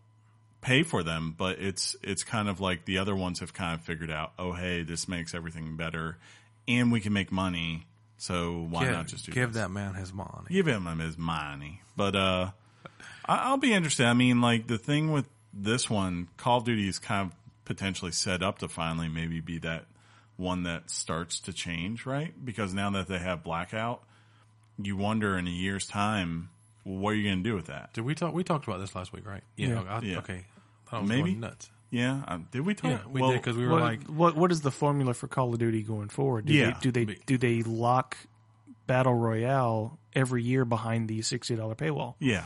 pay for them, but it's it's kind of like the other ones have kind of figured out, oh hey, this makes everything better, and we can make money, so why give, not just do give this? that man his money. Give him his money, but uh, I, I'll be interested. I mean, like the thing with this one, Call of Duty is kind of potentially set up to finally maybe be that one that starts to change, right? Because now that they have blackout, you wonder in a year's time. What are you going to do with that? Did we talk? We talked about this last week, right? Yeah. I- Yeah. Okay. I thought I was Maybe. going nuts. Yeah, um, did we talk? Yeah, we well, did because we were What, like, what what is the formula for Call of Duty going forward? Do Yeah. they, do they do they lock battle royale every year behind the sixty dollar paywall? yeah,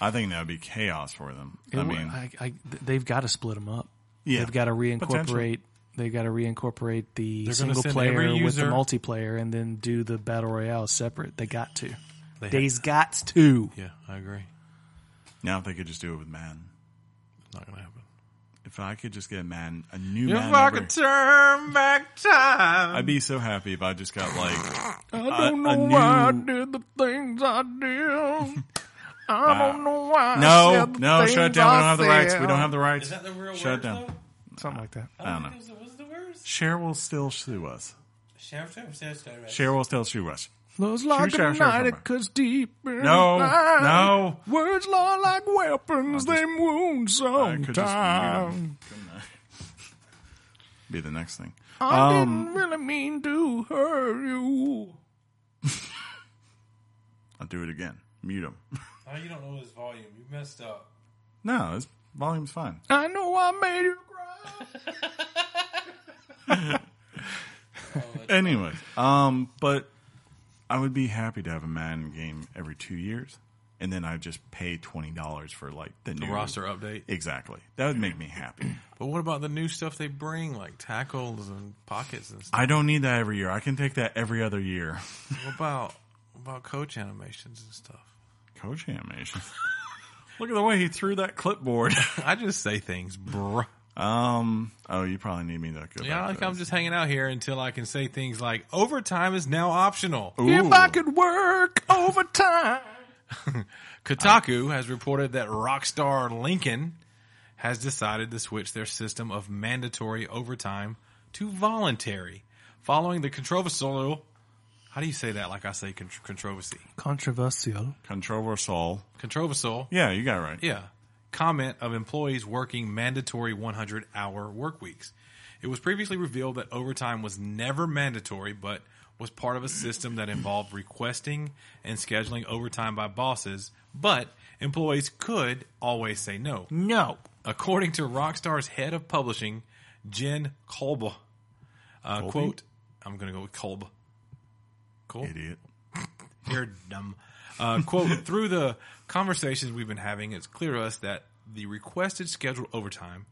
I think that would be chaos for them. I It- mean, I, I, they've got to split them up. yeah, They've got to Potential. reincorporate. They've got to reincorporate the gonna single send player every with the user- multiplayer, and then do the battle royale separate. They got to. they had- They's got to. yeah, I agree. now if they could just do it with Madden, Not gonna happen. if I could just get Madden, a new If Madden, I every- could turn back time, I'd be so happy if I just got like I don't know why I did the things I did. I Wow. don't know why. no, no, shut it down. We don't have the rights. We don't have the rights. the real Shut it down. something like that. I don't know. Was the words? Cher will still sue us. Sheriff, sheriff, sheriff, Cher will still sue us. Flows like Sure, sure, a sure, knife, sure. it cuts deep. No, no. Words law like weapons, they wound I could just mute him, couldn't I? Be the next thing. I Um, didn't really mean to hurt you. I'll do it again. Mute him. *laughs* Oh, you don't know his volume. You messed up. No, his volume's fine. I know I made you cry. Anyway, um, but I would be happy to have a Madden game every two years, and then I just pay twenty dollars for like the new Roster update. Exactly, that would make me happy. But what about the new stuff they bring, like tackles and pockets and stuff? I don't need that every year. I can take that every other year. What about what about coach animations and stuff? Coach animation. *laughs* Look at the way he threw that clipboard. I just say things, bruh. *laughs* um. Oh, you probably need me to go. Yeah, back like to I'm this. just hanging out here until I can say things like overtime is now optional. Ooh. If I could work overtime. Kotaku has reported that Rockstar Lincoln has decided to switch their system of mandatory overtime to voluntary, following the controversial. How do you say that? Like I say, con- controversy, Controversial. controversial. controversial. Yeah, you got it right. Yeah. Comment of employees working mandatory 100 hour work weeks. It was previously revealed that overtime was never mandatory, but was part of a system that involved requesting and scheduling overtime by bosses, but employees could always say no. No. According to Rockstar's head of publishing, Jen Kolb, uh, quote, I'm going to go with Kolb. Cool Idiot. you're dumb. Uh, quote, through the conversations we've been having, it's clear to us that the requested scheduled overtime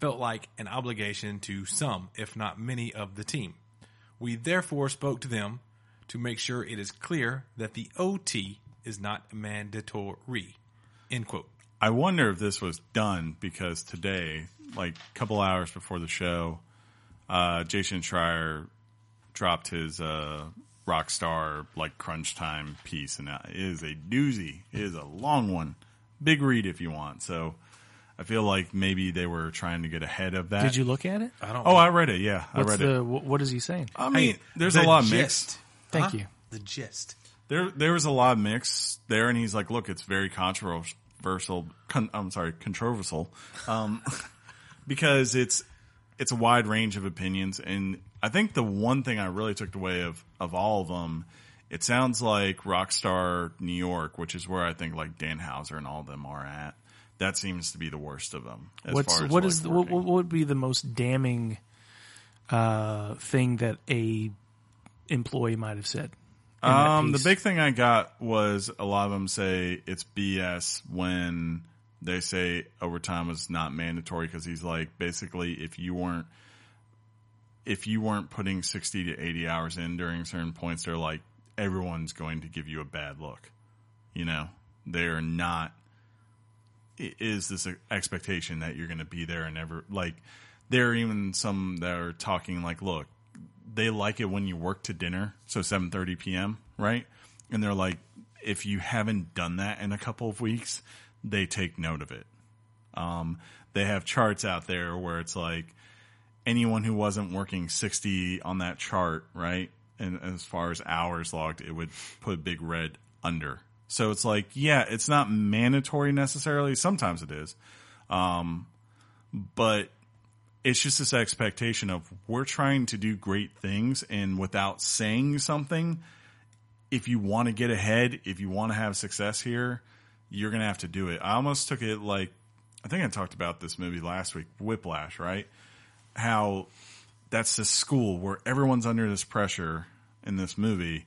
felt like an obligation to some, if not many, of the team. We therefore spoke to them to make sure it is clear that the OT is not mandatory. End quote. I wonder if this was done because today, like a couple hours before the show, uh, Jason Schreier dropped his uh, Rockstar like crunch time piece, and that is a doozy. It is a long one, big read if you want. So I feel like maybe they were trying to get ahead of that. Did you look at it? I don't. Oh, I read it. Yeah, I What's read it. the, wh- What is he saying? I mean, Hey, there's the a lot mixed. gist. Thank Huh? you. The gist. There, there was a lot mixed there, and he's like, "Look, it's very controversial. Con, I'm sorry, controversial, um, *laughs* because it's it's a wide range of opinions." And I think the one thing I really took away of of all of them, it sounds like Rockstar New York, which is where I think like Dan Houser and all of them are at. That seems to be the worst of them. As What's far as what like, is the- what, working. what would be the most damning uh, thing that a employee might have said? in that Um, the piece? big thing I got was a lot of them say it's BS when they say overtime is not mandatory because he's like basically if you weren't if you weren't putting sixty to eighty hours in during certain points, they're like everyone's going to give you a bad look. You know, they're not. It is this expectation that you're going to be there and ever like there are even some that are talking like, look, they like it when you work to dinner, so 7:30 p.m., right? And they're like if you haven't done that in a couple of weeks, they take note of it. Um they have charts out there where it's like anyone who wasn't working 60 on that chart, right? And as far as hours logged, it would put big red under. So it's like, yeah, it's not mandatory necessarily. Sometimes it is. Um but it's just this expectation of we're trying to do great things and without saying something if you want to get ahead if you want to have success here you're going to have to do it i almost took it like i think i talked about this movie last week whiplash right how that's this school where everyone's under this pressure in this movie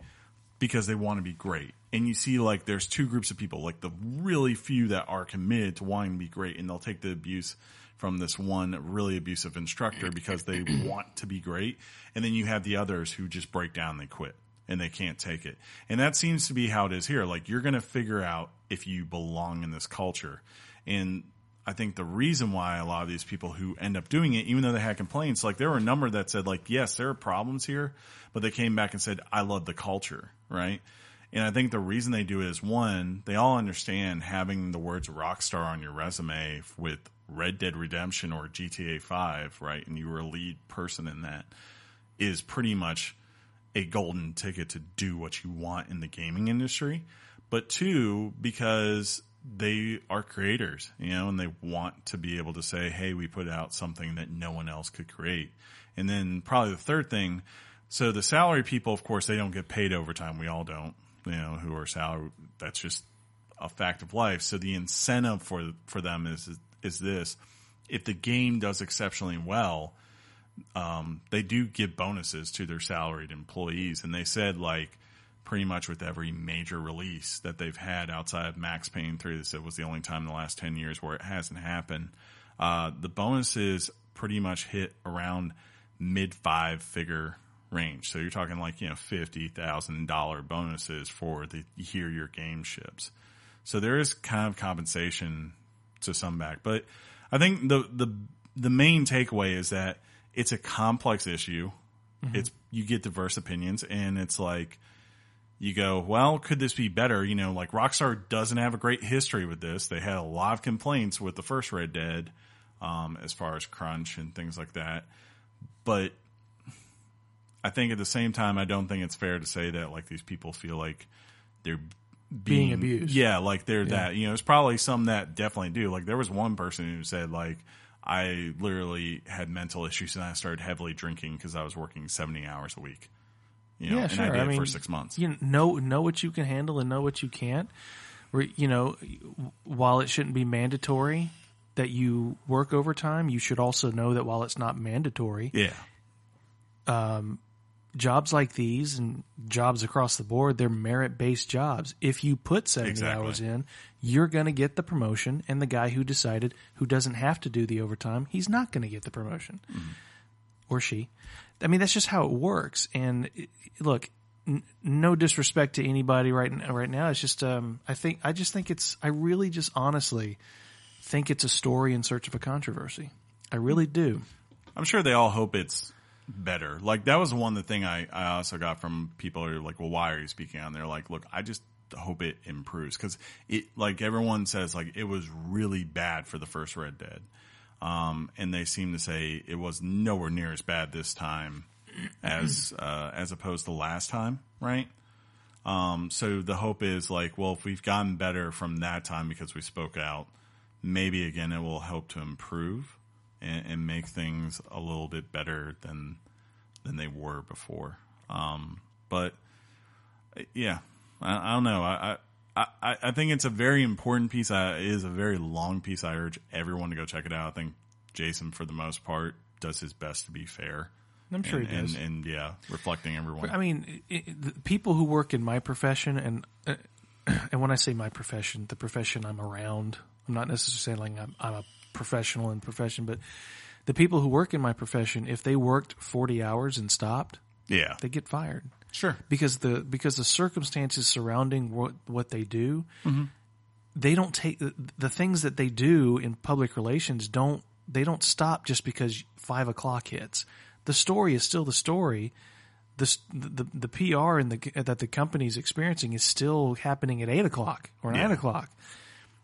because they want to be great. And you see like there's two groups of people, like the really few that are committed to wanting to be great and they'll take the abuse from this one really abusive instructor because they want to be great. And then you have the others who just break down, and they quit and they can't take it. And that seems to be how it is here. Like you're going to figure out if you belong in this culture. And I think the reason why a lot of these people who end up doing it, even though they had complaints, like there were a number that said like, yes, there are problems here, but they came back and said, I love the culture. Right. And I think the reason they do it is one, they all understand having the words rockstar on your resume with Red Dead Redemption or GTA 5, right? And you were a lead person in that is pretty much a golden ticket to do what you want in the gaming industry, but two, because they are creators, you know, and they want to be able to say, hey, we put out something that no one else could create. And then probably the third thing, so the salary people, of course, they don't get paid overtime. We all don't, you know, who are salary. That's just a fact of life. So the incentive for for them is is this: if the game does exceptionally well, um, they do give bonuses to their salaried employees, and they said like pretty much with every major release that they've had outside of Max Payne three, they said was the only time in the last ten years where it hasn't happened. Uh, the bonuses pretty much hit around mid five figure range. So you're talking like, you know, $50,000 bonuses for the year your game ships. So there is kind of compensation to some back, but I think the the the main takeaway is that it's a complex issue. It's you get diverse opinions, and it's like you go, well, could this be better? You know, like Rockstar doesn't have a great history with this. They had a lot of complaints with the first Red Dead, um, as far as crunch and things like that. But I think at the same time, I don't think it's fair to say that like these people feel like they're being, Being abused. Yeah, like they're that. You know, it's probably some that definitely do. Like there was one person who said like I literally had mental issues and I started heavily drinking because I was working seventy hours a week. You know, Yeah, and sure. I did I it for mean, six months. you know know what you can handle and know what you can't. Re- You know, while it shouldn't be mandatory that you work overtime, you should also know that while it's not mandatory, Yeah. jobs like these and jobs across the board, they're merit based jobs. If you put 70 Exactly. hours in, you're going to get the promotion. And the guy who decided who doesn't have to do the overtime, he's not going to get the promotion or she. I mean, that's just how it works. And it- look, n- no disrespect to anybody right n- right now. It's just um, I think I just think it's I really just honestly think it's a story in search of a controversy. I really do. I'm sure they all hope it's better. Like that was one the thing I, I also got from people who are like, well, why are you speaking on? They're like, look, I just hope it improves because it like everyone says like it was really bad for the first Red Dead, um, and they seem to say it was nowhere near as bad this time as uh, as opposed to last time, right? Um, so the hope is like, well, if we've gotten better from that time because we spoke out, maybe again it will help to improve and, and make things a little bit better than than they were before. Um, but uh, yeah, I, I don't know. I, I I I think it's a very important piece. I, it is a very long piece. I urge everyone to go check it out. I think Jason, for the most part, does his best to be fair. I'm sure and, he does. And, and yeah, reflecting everyone. I mean, it, it, the people who work in my profession, and uh, *clears throat* and when I say my profession, the profession I'm around, I'm not necessarily saying like I'm, I'm a professional in profession, but the people who work in my profession, if they worked 40 hours and stopped, yeah, they get fired sure. because the because the circumstances surrounding what what they do, they don't take the, the things that they do in public relations don't they don't stop just because five o'clock hits. The story is still the story. The s- the, the PR and the that the company's experiencing is still happening at eight o'clock or nine Yeah. o'clock,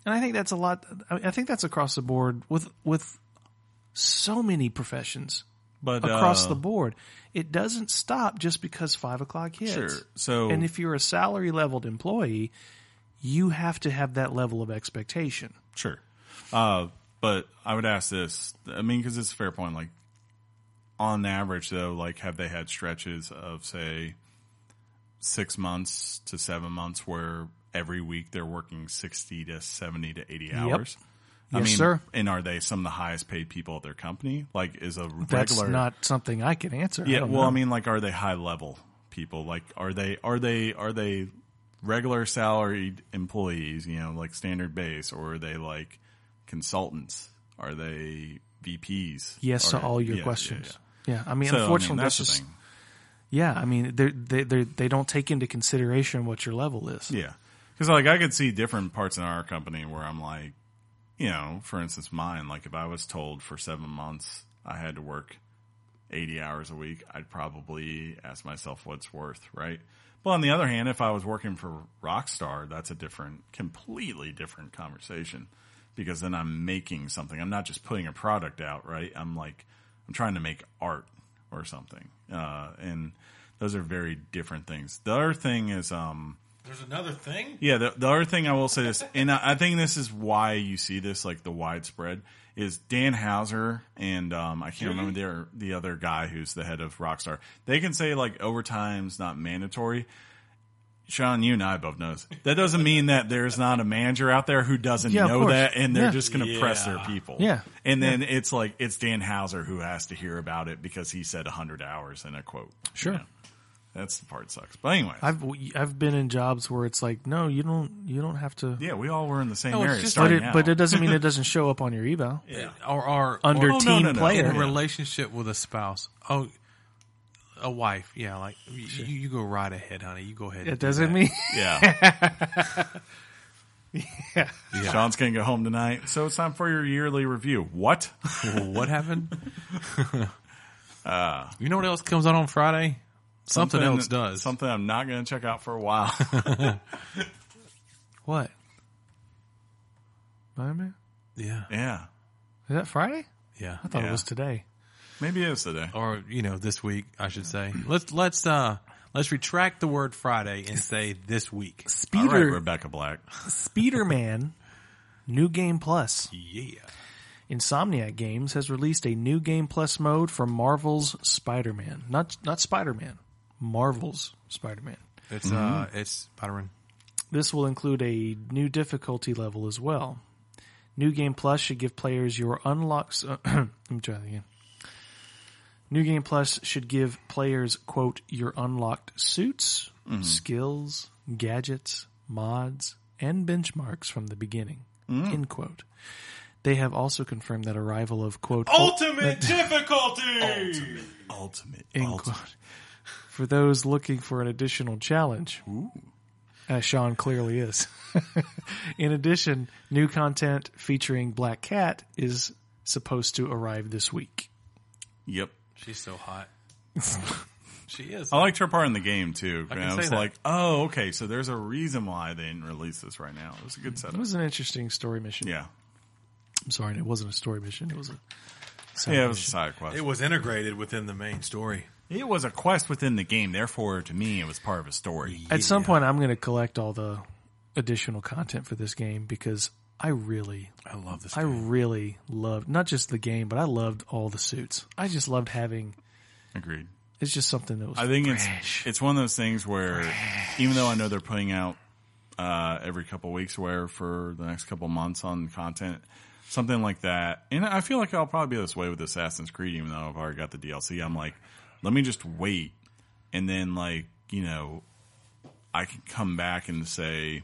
and I think that's a lot. I I think that's across the board with with so many professions But across uh, the board. It doesn't stop just because five o'clock hits. Sure. So and if you're a salary leveled employee, you have to have that level of expectation. sure, uh, but I would ask this. I mean, because it's a fair point. Like, on average, though, like, have they had stretches of say six months to seven months where every week they're working sixty to seventy to eighty hours? I Yes, mean, sir. And are they some of the highest paid people at their company? Like, is a regular That's not something I can answer. Yeah, I don't well, know. I mean, like, are they high level people? Like, are they are they are they regular salaried employees? You know, like standard base, or are they like consultants? Are they VPs? yes Are- to all your yeah, yeah, questions. yeah. Yeah, I mean, So, I mean, unfortunately, that's, that's, the just thing. yeah. I mean, they're, they they they don't take into consideration what your level is. Yeah, because like I could see different parts in our company where I'm like, you know, for instance, mine. Like, if I was told for seven months I had to work eighty hours a week, I'd probably ask myself what's worth, right? But on the other hand, if I was working for Rockstar, that's a different, completely different conversation because then I'm making something. I'm not just putting a product out, right? I'm like, I'm trying to make art or something. Uh, and Those are very different things. The other thing is, um, There's another thing. yeah, the, the other thing I will say is, and I, I think this is why you see this like the widespread is Dan Hauser and um, I can't remember the other- the other guy who's the head of Rockstar. They can say like overtime's not mandatory. Sean, you and I both knows that doesn't mean that there's not a manager out there who doesn't Yeah, of know course. that, and they're Yeah. just going to press Yeah. their people. Yeah. and then it's like it's Dan Hauser who has to hear about it because he said hundred hours in a quote. you Sure. know? that's the part that sucks. But anyway, I've w- I've been in jobs where it's like, no, you don't you don't have to. Yeah, we all were in the same No, Oh, it's area. just- but starting it but out. it doesn't *laughs* mean it doesn't show up on your eval. Or, or Under or, team *laughs* in player. a Yeah. relationship with a spouse. Oh, a wife. Yeah, like you, you you go right ahead, honey. You go ahead. and It do that. doesn't mean *laughs* yeah. *laughs* Sean's gonna go home tonight, so it's time for your yearly review. What? Well, what *laughs* happened? you know what else comes out on Friday? Something, else does. something I'm not gonna check out for a *laughs* while. What? Iron Man. Yeah. yeah, Is that Friday? Yeah. I thought Yeah. it was today. maybe it was today. Or you know, this week I should say. Let's let's uh let's retract the word Friday and say this week. All right, Speeder *laughs* Rebecca Black. Speederman, new game plus. Yeah. Insomniac Games has released a new Game Plus mode for Marvel's Spider-Man. Not not Spider-Man, Marvel's Spider-Man. It's uh Mm-hmm. it's Byron. This will include a new difficulty level as well. New Game Plus should give players your unlocks. *clears throat* let me try that again. New Game Plus should give players quote your unlocked suits, skills, gadgets, mods, and benchmarks from the beginning end quote. They have also confirmed that arrival of quote Oh, *laughs* Ultimate difficulty. Ultimate. End ultimate. quote. For those looking for an additional challenge, as Sean clearly is. *laughs* In addition, new content featuring Black Cat is supposed to arrive this week. Yep. She's so *laughs* hot. she is. I liked her part in the game too. I I, can I say was that. like, oh, okay, so there's a reason why they didn't release this right now. It was a good It setup. was an interesting story mission. Yeah. I'm sorry, it wasn't a story mission. It was a side Yeah, it was a mission. side quest. It was integrated within the main story. It was a quest within the game, therefore, to me, it was part of a story. At some point, I'm going to collect all the additional content for this game because I really I love this. I really loved not just the game, but I loved all the suits. I just loved having. Agreed. It's just something that was. I think fresh. it's it's one of those things where, even though I know they're putting out uh, every couple weeks, where for the next couple months on content, something like that, and I feel like I'll probably be this way with Assassin's Creed, even though I've already got the DLC. I'm like, let me just wait, and then like you know, I can come back and say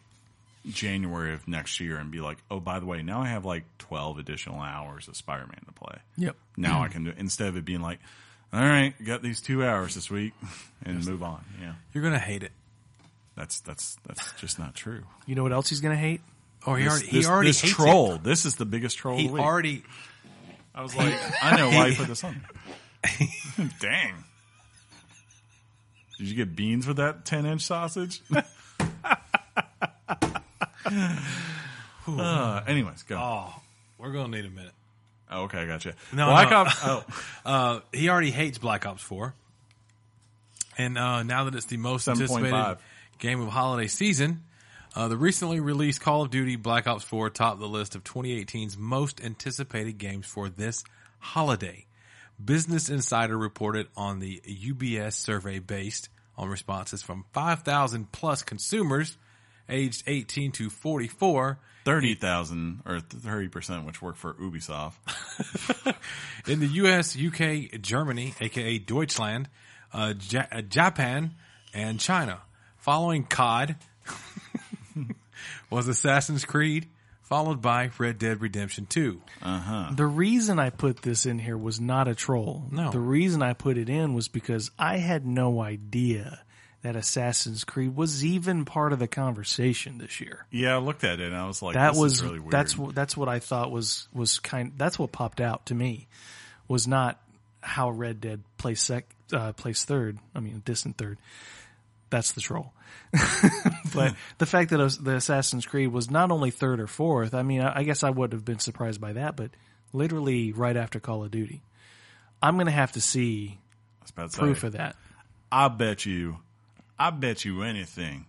January of next year and be like, oh, by the way, now I have like 12 additional hours of Spider-Man to play Yep. now I Mm. can do instead of it being like, all right, got these two hours this week *laughs* and move on. Yeah, You're gonna hate it. that's that's that's just not true. You know what else he's going to hate? Oh, he This, already this- he already this hates troll. This is the biggest troll. It. He of the week. already I was like, I know why you put this *laughs* on. Dang. Did you get beans with that ten inch sausage? *laughs* Uh, anyways, go. Oh, we're gonna need a minute. Oh, okay, I gotcha. No, Black no. Ops. Oh, Uh, he already hates Black Ops Four, and uh, now that it's the most 7.5. anticipated game of holiday season, uh, the recently released Call of Duty Black Ops Four topped the list of 2018's most anticipated games for this holiday. Business Insider reported on the UBS survey based on responses from 5,000 plus consumers aged 18 to 44 thirty thousand or thirty percent, which work for Ubisoft. In the U.S., U.K., Germany, aka Deutschland, uh, ja- uh, Japan, and China. Following COD *laughs* was Assassin's Creed, followed by Red Dead Redemption 2. The reason I put this in here was not a troll. No. The reason I put it in was because I had no idea that Assassin's Creed was even part of the conversation this year. Yeah, I looked at it and I was like, That this was is really weird. that's what that's what I thought was was kind. That's what popped out to me was not how Red Dead placed sec, uh, placed third. I mean, distant third. That's the troll. *laughs* *laughs* but the fact that the Assassin's Creed was not only third or fourth. I mean, I, I guess I would have been surprised by that, but literally right after Call of Duty, I'm going to have to see I was about to say. proof of that. I bet you, I bet you anything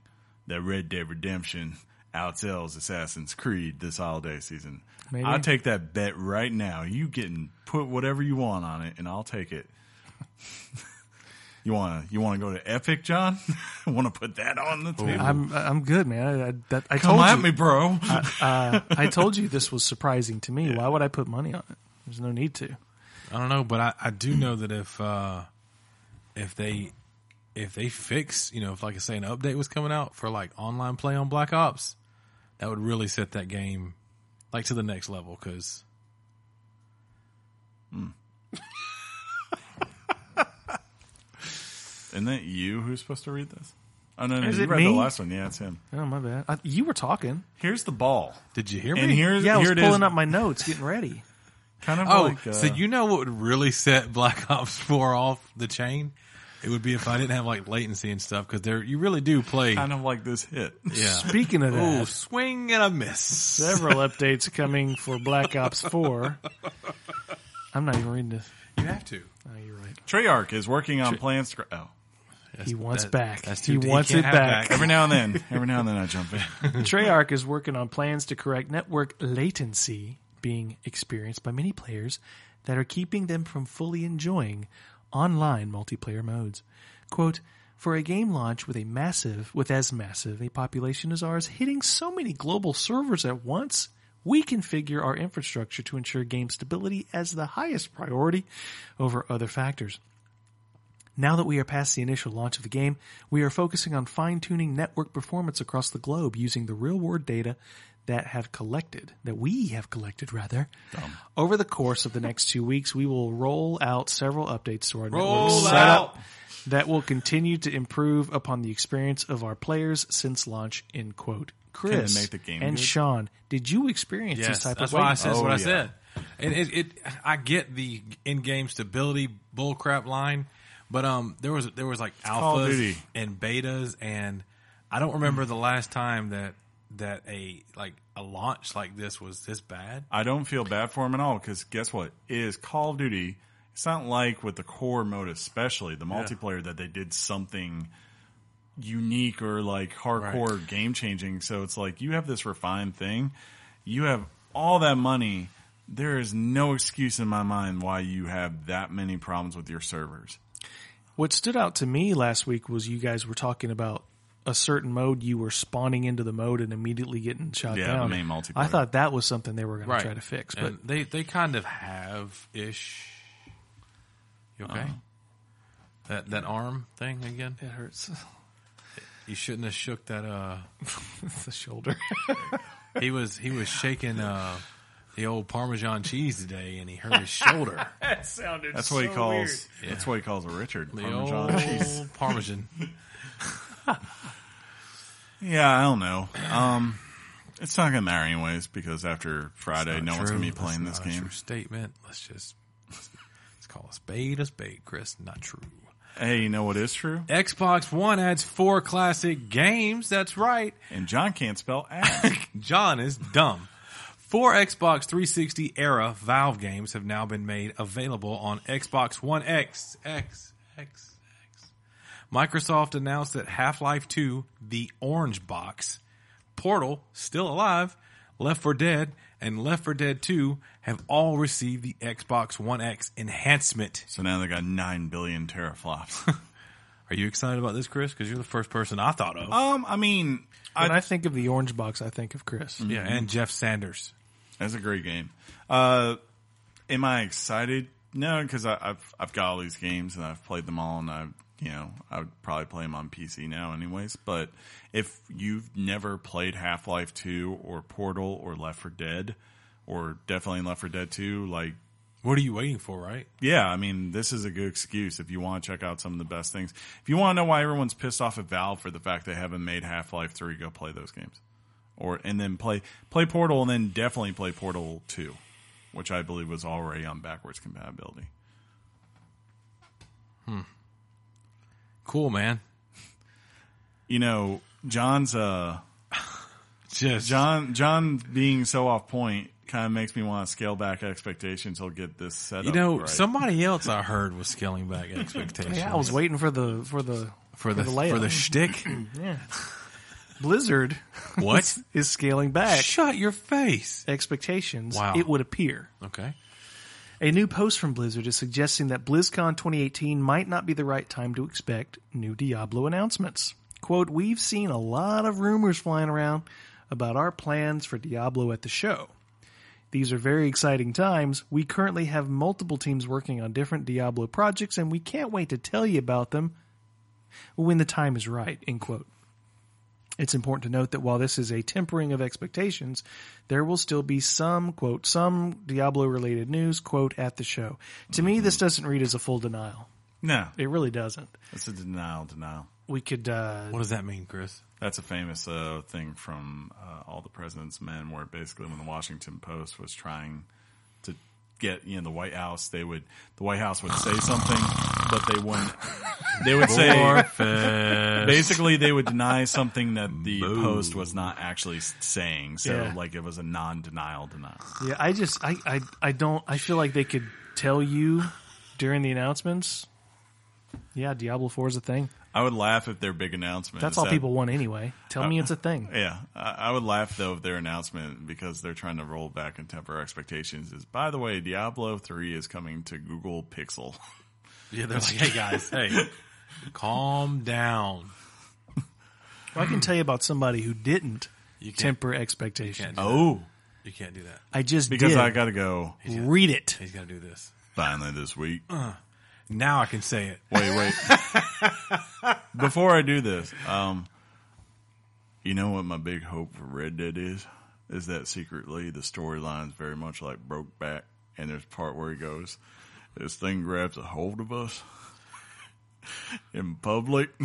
that Red Dead Redemption outsells Assassin's Creed this holiday season. Maybe. I'll take that bet right now. You can put whatever you want on it, and I'll take it. *laughs* you want to you want to go to Epic, John? *laughs* want to put that on the table? I'm I'm good, man. I, I, that, I Come told at you. me, bro. uh, I told you this was surprising *laughs* to me. Why would I put money on it? There's no need to. I don't know, but I, I do know that if uh, if they if they fix, you know, if like I say an update was coming out for like online play on Black Ops, that would really set that game like to the next level because Isn't that you who's supposed to read this? Oh no, no Is you it read the me? last one. Yeah, it's him. Oh my bad. I, you were talking. Here's the ball, did you hear me? and here's Yeah, I here it was pulling is. up my notes, getting ready. Kind of oh, like uh, so you know what would really set Black *laughs* Ops Four off the chain? It would be if I didn't have like latency and stuff because there you really do play. kind of like this hit. *laughs* Yeah. Speaking of Oh, that, swing and a miss. several updates coming for Black Ops Four. I'm not even reading this. You have to. Oh, you're right. Treyarch is working on plans. to- Oh, That's- wants that- back. That's He too, wants can't it have back. every now and then, every now and then I jump in. Treyarch is working on plans to correct network latency being experienced by many players that are keeping them from fully enjoying online multiplayer modes. Quote, for a game launch with a massive, with as massive a population as ours hitting so many global servers at once, we configure our infrastructure to ensure game stability as the highest priority over other factors. Now that we are past the initial launch of the game, we are focusing on fine-tuning network performance across the globe using the real-world data that have collected, that we have collected rather. Over the course of the next two weeks, we will roll out several updates to our Roll network setup out. that will continue to improve upon the experience of our players since launch. End quote. Chris make the game and good? Sean, did you experience this Yes, type that's of? why I wait- said that's Oh, what I yeah. said. And it, it, I get the in-game stability bullcrap line, but um, there was there was like Call of alphas Duty. and betas, and I don't remember the last time that that a like a launch like this was this bad. I don't feel bad for him at all because guess what? It is Call of Duty. It's not like with the core mode, especially the multiplayer, that they did something unique or like hardcore game changing. So it's like you have this refined thing, you have all that money. There is no excuse in my mind why you have that many problems with your servers. What stood out to me last week was you guys were talking about a certain mode you were spawning into the mode and immediately getting shot Yeah, the down. main multiplayer. I thought that was something they were going to try to fix, but And they they kind of have ish. You okay? Uh-huh. That that arm thing again. it hurts *laughs* You shouldn't have shook that. Uh, the shoulder. he was he was shaking uh the old Parmesan cheese today, and he hurt *laughs* his shoulder. that sounded. That's what he calls. That's what he calls a Richard. The Parmesan old cheese. Parmesan. Yeah, I don't know. Um, it's not gonna matter anyways because after Friday, Not no one's true. gonna be That's playing not this a game. True statement. Let's just let's call a spade a spade, Chris. Not true. Hey, you know what is true? Xbox One adds four classic games. That's right. And John can't spell *laughs* ass. John is dumb. Four Xbox 360 era Valve games have now been made available on Xbox One X. X, X, X. Microsoft announced that Half Life 2, The Orange Box, Portal, Still Alive, Left 4 Dead, and Left 4 Dead 2 have all received the Xbox One X enhancement. so now they got nine billion teraflops. *laughs* Are you excited about this, Chris? Because you're the first person I thought of. um, I mean, When I, I think of the orange box, I think of Chris. yeah, and Jeff Sanders. that's a great game. Uh, am I excited? No, because I've I've got all these games and I've played them all, and I you know I would probably play them on PC now, anyways. But if you've never played Half Life Two or Portal or Left for Dead, or definitely Left for Dead Two, like What are you waiting for, right? Yeah, I mean, this is a good excuse if you want to check out some of the best things. If you want to know why everyone's pissed off at Valve for the fact they haven't made Half Life Three, go play those games, or and then play play Portal, and then definitely play Portal Two, which I believe was already on backwards compatibility. Cool, man. You know, John's uh Just John John being so off point kind of makes me want to scale back expectations. He'll get this set You know, right. somebody else I heard was scaling *laughs* back expectations. Yeah, I was waiting for the for the for the for the layout. for the *clears throat* shtick. Blizzard *laughs* what? is scaling back Shut your face. expectations. Wow. It would appear. Okay. A new post from Blizzard is suggesting that BlizzCon 2018 might not be the right time to expect new Diablo announcements. Quote, We've seen a lot of rumors flying around about our plans for Diablo at the show. These are very exciting times. We currently have multiple teams working on different Diablo projects, and we can't wait to tell you about them when the time is right, end quote. It's important to note that while this is a tempering of expectations, there will still be some, quote, some Diablo related news, quote, at the show. To me, this doesn't read as a full denial. no, It really doesn't. it's a denial, denial. We could, uh, What does that mean, Chris? That's a famous uh, thing from uh, all the president's men, where basically when the Washington Post was trying to get you know the White House, they would the White House would say something, but they wouldn't. They would say basically they would deny something that the Post was not actually s- saying. So Yeah. like it was a non-denial denial. yeah, I just, I, I, I don't, I feel like they could tell you during the announcements, yeah, Diablo 4 is a thing. I would laugh if their big announcement. That's is all that- people want anyway. Tell Uh, me it's a thing. Yeah, I, I would laugh though of their announcement because they're trying to roll back and temper expectations. Is by the way, Diablo three is coming to Google Pixel. *laughs* Yeah, they're like, hey guys, hey, *laughs* calm down. Well, I can tell you about somebody who didn't You can't- temper You can't expectations. do Oh, that. You can't do that. I just because did. I got to go read it. He's got to do this. finally this week. Now I can say it. Wait, wait. Before I do this, um, you know what my big hope for Red Dead is? Is that secretly the storyline's very much like Brokeback, and there's a part where he goes, this thing grabs a hold of us *laughs* in public. *laughs*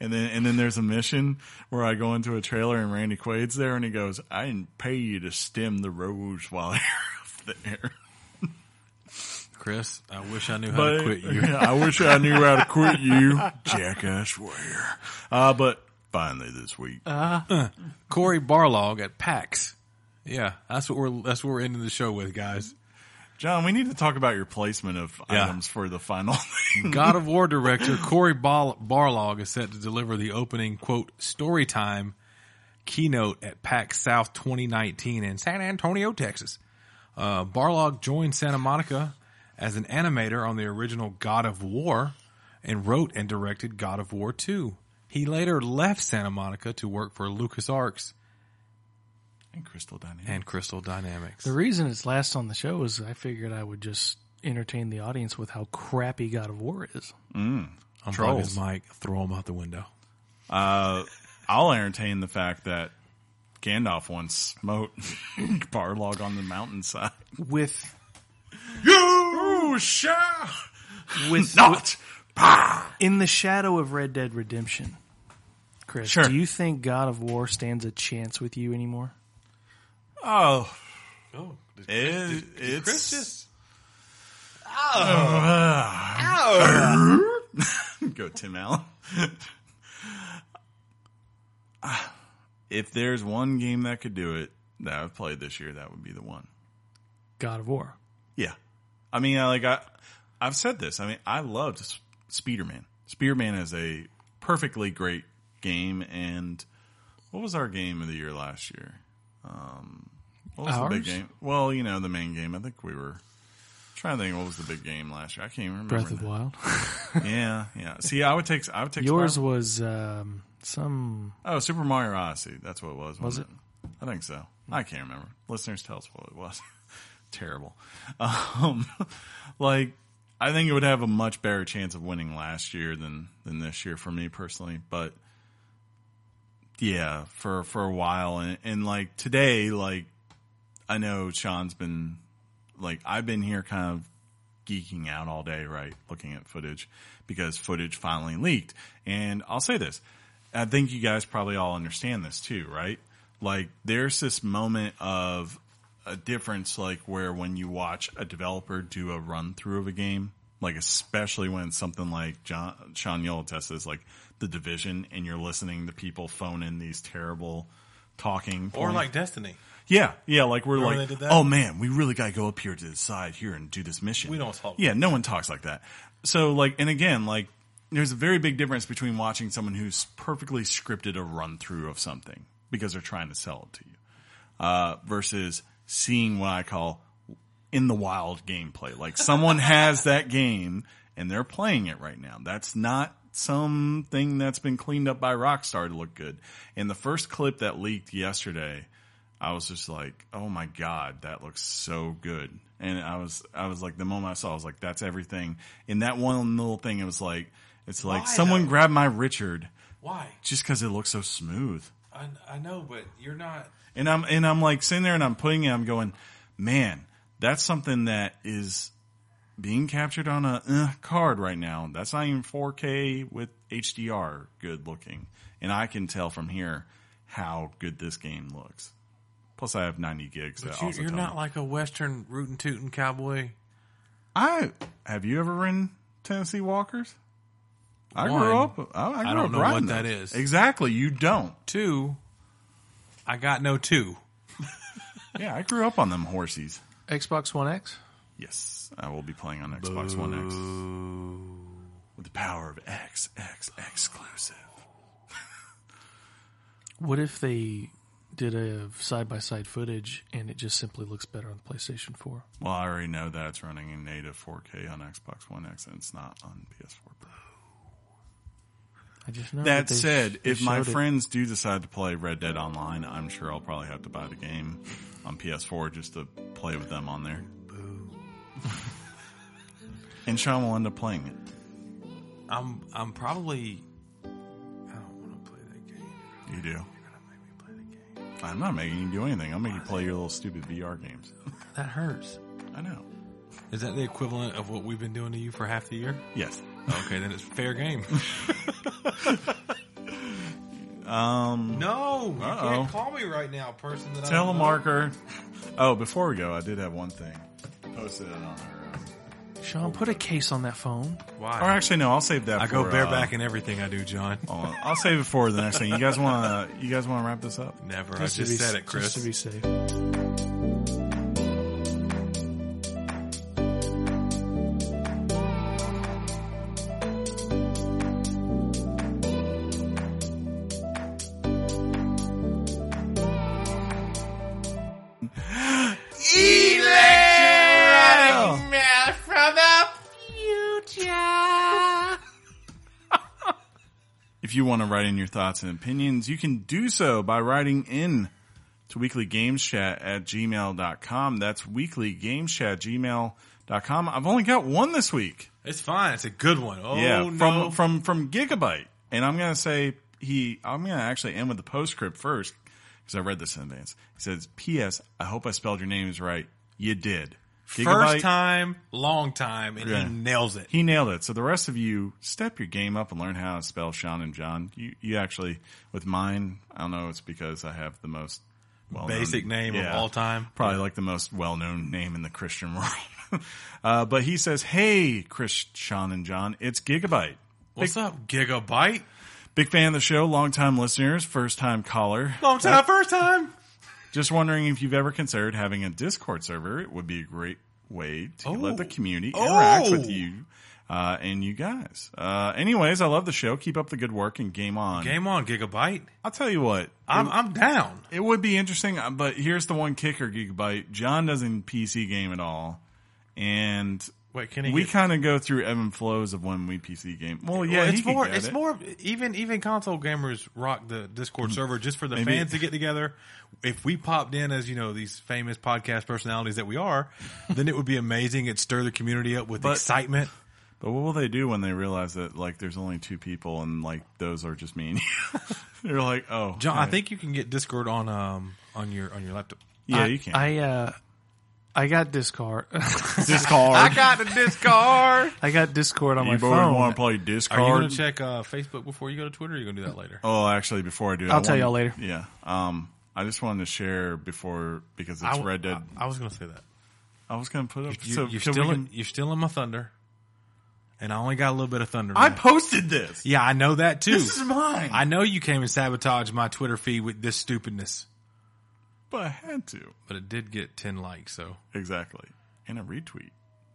And then, and then there's a mission where I go into a trailer and Randy Quaid's there and he goes, I didn't pay you to stem the rose while *laughs* you're up there. Chris, I wish I knew how But to quit *laughs* you. I wish I knew how to quit you, jackass warrior. Uh, but finally this week, Corey Barlog at PAX. Yeah, that's what we're that's what we're ending the show with, guys. John, we need to talk about your placement of Yeah. items for the final. *laughs* God *laughs* of War director Corey Bal- Barlog is set to deliver the opening quote story time keynote at PAX South 2019 in San Antonio, Texas. Uh, Barlog joined Santa Monica as an animator on the original God of War and wrote and directed God of War 2. He later left Santa Monica to work for LucasArts and Crystal Dynamics. and Crystal Dynamics. The reason it's last on the show is I figured I would just entertain the audience with how crappy God of War is. Unplug Trolls. his mic, throw him out the window. uh, I'll entertain the fact that Gandalf once smote *laughs* Barlog on the mountainside. With You shall with not. in the shadow of Red Dead Redemption. Chris, Sure. do you think God of War stands a chance with you anymore? Oh, Oh, did, it, it's Oh. *laughs* Go Tim Allen. *sighs* if there's one game that could do it that I've played this year, that would be the one. God of War. Yeah. I mean, I, like I, I've said this. I mean, I loved S- Speederman. Speederman is a perfectly great game. And what was our game of the year last year? Um, what was the big Ours? game? Well, you know, the main game. I think we were trying to think what was the big game last year. I can't even remember. Breath of the now. Wild. Yeah, yeah. See, I would take I would take Yours Spider- was um, some Oh, Super Mario Odyssey. That's what it Hmm. was. Was wasn't I think so. I can't remember. Listeners, tell us what it was. *laughs* Terrible. Um, *laughs* like, I think it would have a much better chance of winning last year than than this year for me personally. But yeah, for for a while, and, and like today, like I know Sean's been like I've been here kind of geeking out all day, right? Looking at footage because footage finally leaked. And I'll say this. I think you guys probably all understand this too, right? Like there's this moment of a difference like where when you watch a developer do a run through of a game, like especially when it's something like John Sean Yell tests like the division and you're listening to people phone in these terrible talking. Or point. like Destiny. yeah, yeah, like we're Remember like, they did that? oh man, we really got to go up here to the side here and do this mission. We don't talk. Yeah, no one talks like that. So like, and again, like, there's a very big difference between watching someone who's perfectly scripted a run through of something because they're trying to sell it to you, uh, versus seeing what I call in the wild gameplay. Like someone has that game and they're playing it right now. That's not something that's been cleaned up by Rockstar to look good. And the first clip that leaked yesterday, I was just like, "Oh my god, that looks so good!" And I was, I was like, the moment I saw, it, I was like, "That's everything." In that one little thing, it was like, it's like Why, someone though? grabbed my Richard Why? just because it looks so smooth. I, I know, but you're not. And I'm and I'm like sitting there and I'm putting it. I'm going, man, that's something that is being captured on a uh, card right now. That's not even 4K with HDR good looking. And I can tell from here how good this game looks. Plus, I have 90 gigs. But that you, also you're tell not me- like a Western rootin' tootin' cowboy. I have you ever ridden Tennessee Walkers? I grew One, up. I, I, grew don't up know what riding that those. is. Exactly. You don't. Two, I got no two. Yeah, I grew up on them horsies. Xbox One X. Yes, I will be playing on Xbox One X with the power of X X exclusive. What if they did a side by side footage and it just simply looks better on the PlayStation 4? Well, I already know that it's running in native 4K on Xbox One X, and it's not on PS4 Pro. I just know That they- said, they if my showed it. friends do decide to play Red Dead Online, I'm sure I'll probably have to buy the game on PS4 just to play with them on there. *laughs* and Sean will end up playing it. I'm I'm probably. I don't want to play that game. You do. You're gonna make me play the game. I'm not making you do anything. I'll make you play your little stupid VR games. that hurts. I know. Is that the equivalent of what we've been doing to you for half the year? Yes. Okay, then it's fair game. *laughs* um. No, you uh-oh. can't call me right now, person. That I don't know. Telemarker. Oh, before we go, I did have one thing. I posted it on our. Um, Sean, put a case on that phone. Why? uh, or actually, no, I'll save that. I for, go bareback Uh, in everything I do, John. hold on. I'll save it for the next thing. You guys want to? You guys want to wrap this up? Never. Just I to just be- said it, Chris. Just to be safe. If you want to write in your thoughts and opinions, you can do so by writing in to weeklygameschat at gmail.com. That's weeklygameschat gmail.com. I've only got one this week. it's fine. It's a good one. Oh yeah, no. from from from Gigabyte. And I'm gonna say he. I'm gonna actually end with the postscript first because I read this in advance. He says, "P.S. I hope I spelled your names right. You did. First time, long time, and Yeah. he nails it. He nailed it. So the rest of you, step your game up and learn how to spell Sean and John. You, you actually, with mine, I don't know. It's because I have the most well-known- Basic name of Yeah. all time. Probably like the most well-known name in the Christian *laughs* world. uh, but he says, "Hey, Chris, Sean, and John, it's Gigabyte. What's up, Gigabyte? Big fan of the show, long-time listeners, first-time caller. Long time, first time. Just wondering if you've ever considered having a Discord server. It would be a great way to let the community interact Oh. with you uh, and you guys. Uh, anyways, I love the show. Keep up the good work and game on. Game on, Gigabyte. I'll tell you what, I'm I'm down. it would be interesting, uh, but here's the one kicker, Gigabyte. John doesn't PC game at all, and Wait, can he? we get- kind of go through ebb and flows of when we PC game. Well, yeah, Well, he it's can more. get It's it. more. Even even console gamers rock the Discord server just for the Maybe- fans to get together. If we popped in as you know these famous podcast personalities that we are, then it would be amazing. It'd stir the community up with But- excitement. But what will they do when they realize that like there's only two people and like those are just me? and you? *laughs* They're like, oh, John, I alright. think you can get Discord on um on your on your laptop. yeah, I, you can. I uh, I got Discord. *laughs* *laughs* Discord. got the Discord. I got Discord on my you phone. want to play Are you going Discord? to check uh, Facebook before you go to Twitter? Or you going to do that later? oh, actually, before I do, I'll I tell y'all wanted- later. Yeah. Um, I just wanted to share before because it's I- Red Dead. I, I was going to say that. I, was going to put up. You, so you're so we still can- in, you're still in my thunder, and I only got a little bit of thunder. I left. posted this. yeah, I know that too. This is mine. I know you came and sabotaged my Twitter feed with this stupidness. but I had to. but it did get ten likes. So Exactly. And a retweet.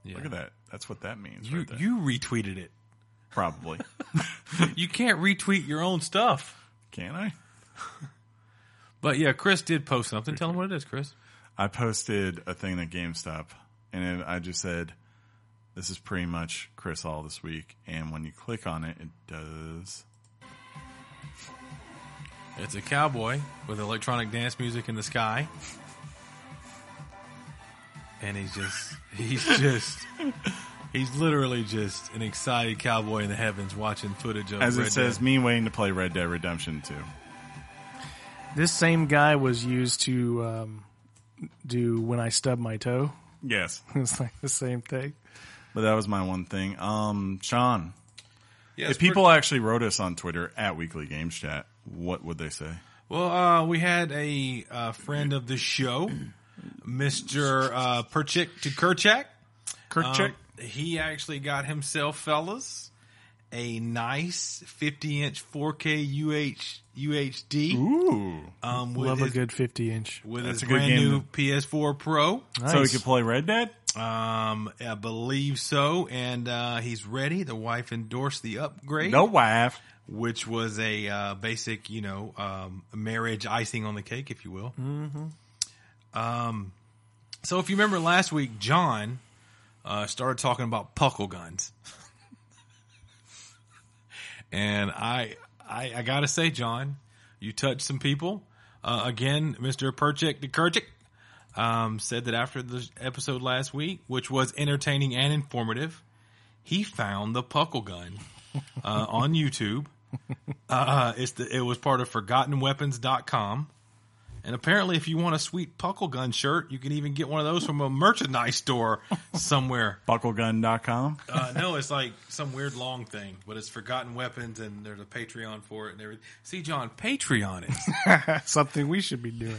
yeah. Look at that. That's what that means You right there. you retweeted it. *laughs* Probably. You can't retweet your own stuff. Can I? But yeah, Chris did post something. Tell him what it is, Chris. I posted a thing at GameStop and it, I just said, this is pretty much Chris all this week. And when you click on it, it does. It's a cowboy with electronic dance music in the sky. And he's just he's *laughs* just he's literally just an excited cowboy in the heavens watching footage of As Red it says, Dead. me waiting to play Red Dead Redemption 2. This same guy was used to um, do when I stub my toe. *laughs* Yes. It's like the same thing. But that was my one thing. Um, Sean, Yeah, if it's pretty- people actually wrote us on Twitter at Weekly Games Chat, what would they say? Well, uh, we had a uh, friend of the show, Mr. Uh, Perchik to Kerchak. Kirk Um, he actually got himself, fellas, a nice 50 inch 4K UH, UHD. Ooh. Um, with Love his, a good fifty inch. with That's his a good brand game new to- PS4 Pro. So we Nice. could play Red Dead? Um, I believe so. And uh, he's ready. The wife endorsed the upgrade, wife. which was a uh, basic, you know, um, marriage icing on the cake, if you will. Mm-hmm. Um, so if you remember last week, John uh, started talking about puckle guns, *laughs* and I, I, I gotta say, John, you touched some people. Uh, again, Mister Perchik the Kerchik, um, said that after the episode last week, which was entertaining and informative, he found the puckle gun uh, on *laughs* YouTube. Uh, it's the, it was part of ForgottenWeapons.com. And apparently, if you want a sweet puckle gun shirt, you can even get one of those from a merchandise *laughs* store somewhere. Bucklegun.com. Uh, no, it's like some weird long thing, but it's Forgotten Weapons, and there's a Patreon for it and everything. See, John, Patreon it. *laughs* Something we should be doing.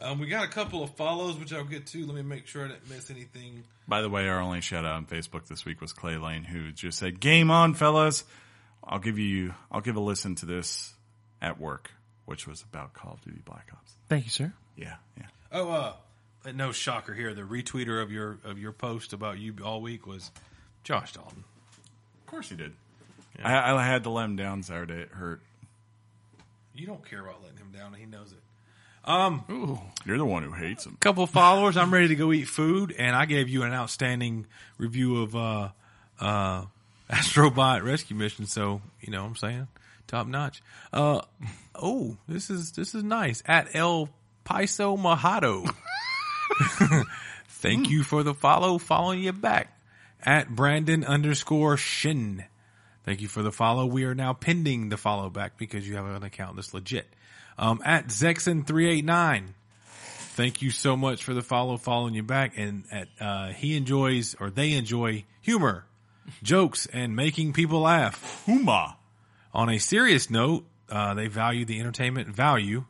um, we got a couple of follows, which I'll get to. Let me make sure I didn't miss anything. By the way, our only shout out on Facebook this week was Clay Lane, who just said, "Game on, fellas! I'll give you, I'll give a listen to this at work," which was about Call of Duty Black Ops. Thank you, sir. Yeah, yeah. Oh, uh, no shocker here. The retweeter of your of your post about you all week was Josh Dalton. Of course you did. I, I had to let him down Saturday. It hurt. You don't care about letting him down, and he knows it. You're the one who hates him. Couple followers. I'm ready to go eat food, and I gave you an outstanding review of uh, uh, *laughs* Astrobot Rescue Mission. So you know, what I'm saying top notch. Uh, oh, this is this is nice. At El Piso Mojado. *laughs* Thank you for the follow. Following you back at Brandon underscore Shin. Thank you for the follow. We are now pending the follow back because you have an account that's legit. Um, at Zexen389. Thank you so much for the follow, following you back. And at, uh, he enjoys or they enjoy humor, *laughs* jokes, and making people laugh. Huma. On a serious note, uh, they value the entertainment value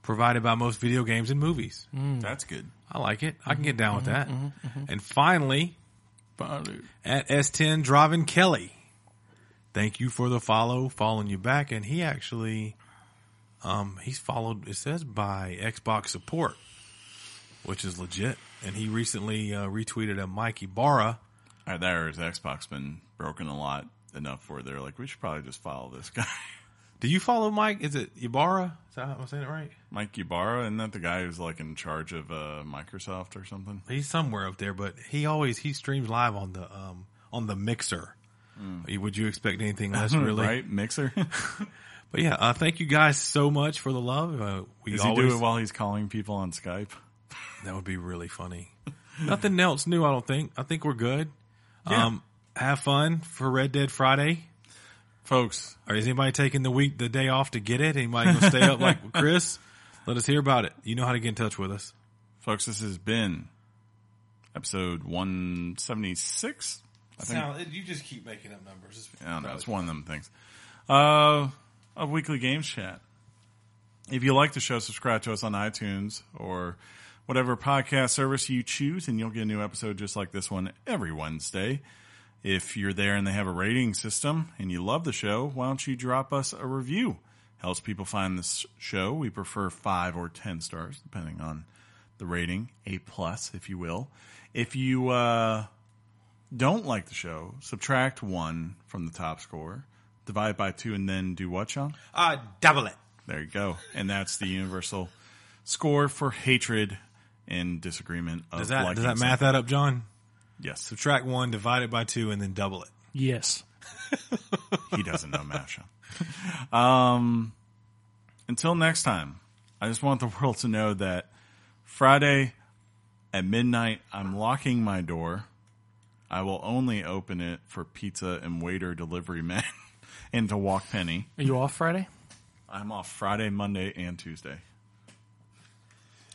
provided by most video games and movies. That's good. I like it. I can get down with that. And finally, at S10 Driving Kelly. Thank you for the follow, following you back. And he actually, um, he's followed, it says by Xbox support, which is legit. And he recently uh, retweeted a Mikey Barra. All right, Uh, there is Xbox been broken a lot enough where they're like, we should probably just follow this *laughs* guy, Do you follow Mike? Is it Ibarra? Is that how I'm saying it right? Mike Ybarra. Isn't that the guy who's like in charge of uh, Microsoft or something? He's somewhere up there, but he always, he streams live on the, um, on the mixer. Would you expect anything less, really? Hmm. *laughs* Right, Mixer. But yeah, uh, thank you guys so much for the love. Uh, we Does he always do it while he's calling people on Skype? that would be really funny. *laughs* Nothing else new, I don't think. I think we're good. Yeah. Um, have fun for Red Dead Friday. Folks, Or is anybody taking the week, the day off to get it? Anybody gonna stay up *laughs* like Chris? Let us hear about it. You know how to get in touch with us. folks, this has been episode 176. I think. you just keep making up numbers. I don't know. It's one of them things. Uh, a weekly games chat. If you like the show, subscribe to us on iTunes or whatever podcast service you choose, and you'll get a new episode just like this one every Wednesday. If you're there and they have a rating system and you love the show, why don't you drop us a review? helps people find this show. We prefer five or ten stars, depending on the rating, a plus, if you will. If you uh, don't like the show, subtract one from the top score, divide by two, and then do what, Sean? Uh, double it. There you go. And that's the universal score for hatred and disagreement. Of Does that, liking does that something. math that up, John? Yes, Subtract one, divide it by two, and then double it. Yes. he doesn't know math, Sean. *laughs* Um, until next time, I just want the world to know that Friday at midnight, I'm locking my door. I will only open it for pizza and waiter delivery men *laughs* and to walk Penny. Are you off Friday? I'm off Friday, Monday, and Tuesday.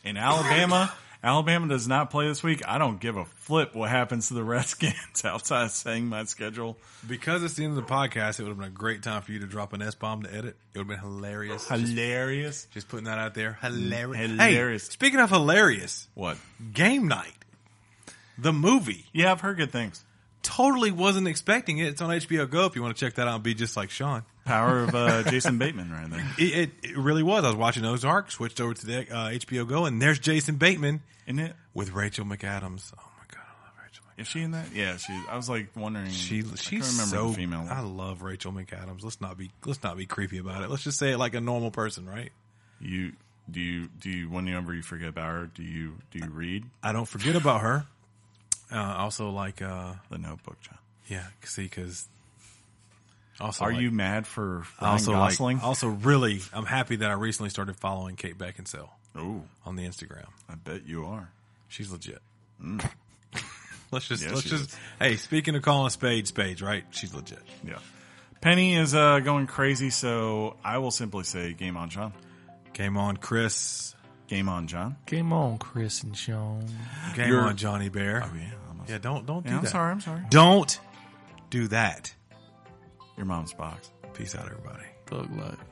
In Alabama, Alabama does not play this week. I don't give a flip what happens to the *laughs* Redskins outside of saying my schedule. Because it's the end of the podcast, it would have been a great time for you to drop an S bomb to edit. It would have been hilarious. Hilarious. Just putting that out there. Hilarious. Hilarious. Hey, speaking of hilarious, What? game night. The movie. Yeah, I've heard good things. Totally wasn't expecting it. It's on HBO Go if you want to check that out and be just like Sean. Power of *laughs* uh, Jason Bateman right there. It, it, it really was. I was watching Ozark, switched over to the uh, HBO Go, and there's Jason Bateman Isn't it? with Rachel McAdams. Oh my god, I love Rachel. McAdams. Is she in that? Yeah, she's. I was like wondering. She I she's can't remember so the female. I one. love Rachel McAdams. Let's not be let's not be creepy about it. Let's just say it like a normal person, right? You do you do you whenever you forget about her? Do you do you read I don't forget about her. Uh, also, like uh, the Notebook, John? yeah, see, because also Are like- you mad for Ryan also Gosling? like also really I'm happy that I recently started following Kate Beckinsale oh, on the Instagram. I bet you are. She's legit. *laughs* let's just Yes, let's Mm. she just is. hey, speaking of calling a spade spades, right? She's legit. Yeah. Penny is uh, going crazy, so I will simply say game on, John. Game on, Chris. Game on, John. Game on, Chris and Sean. Game You're- on, Johnny Bear. Oh, yeah. almost. Yeah, don't don't do Yeah, I'm that. sorry. I'm sorry. Don't do that. Your mom's box. Peace out, everybody. Thug life.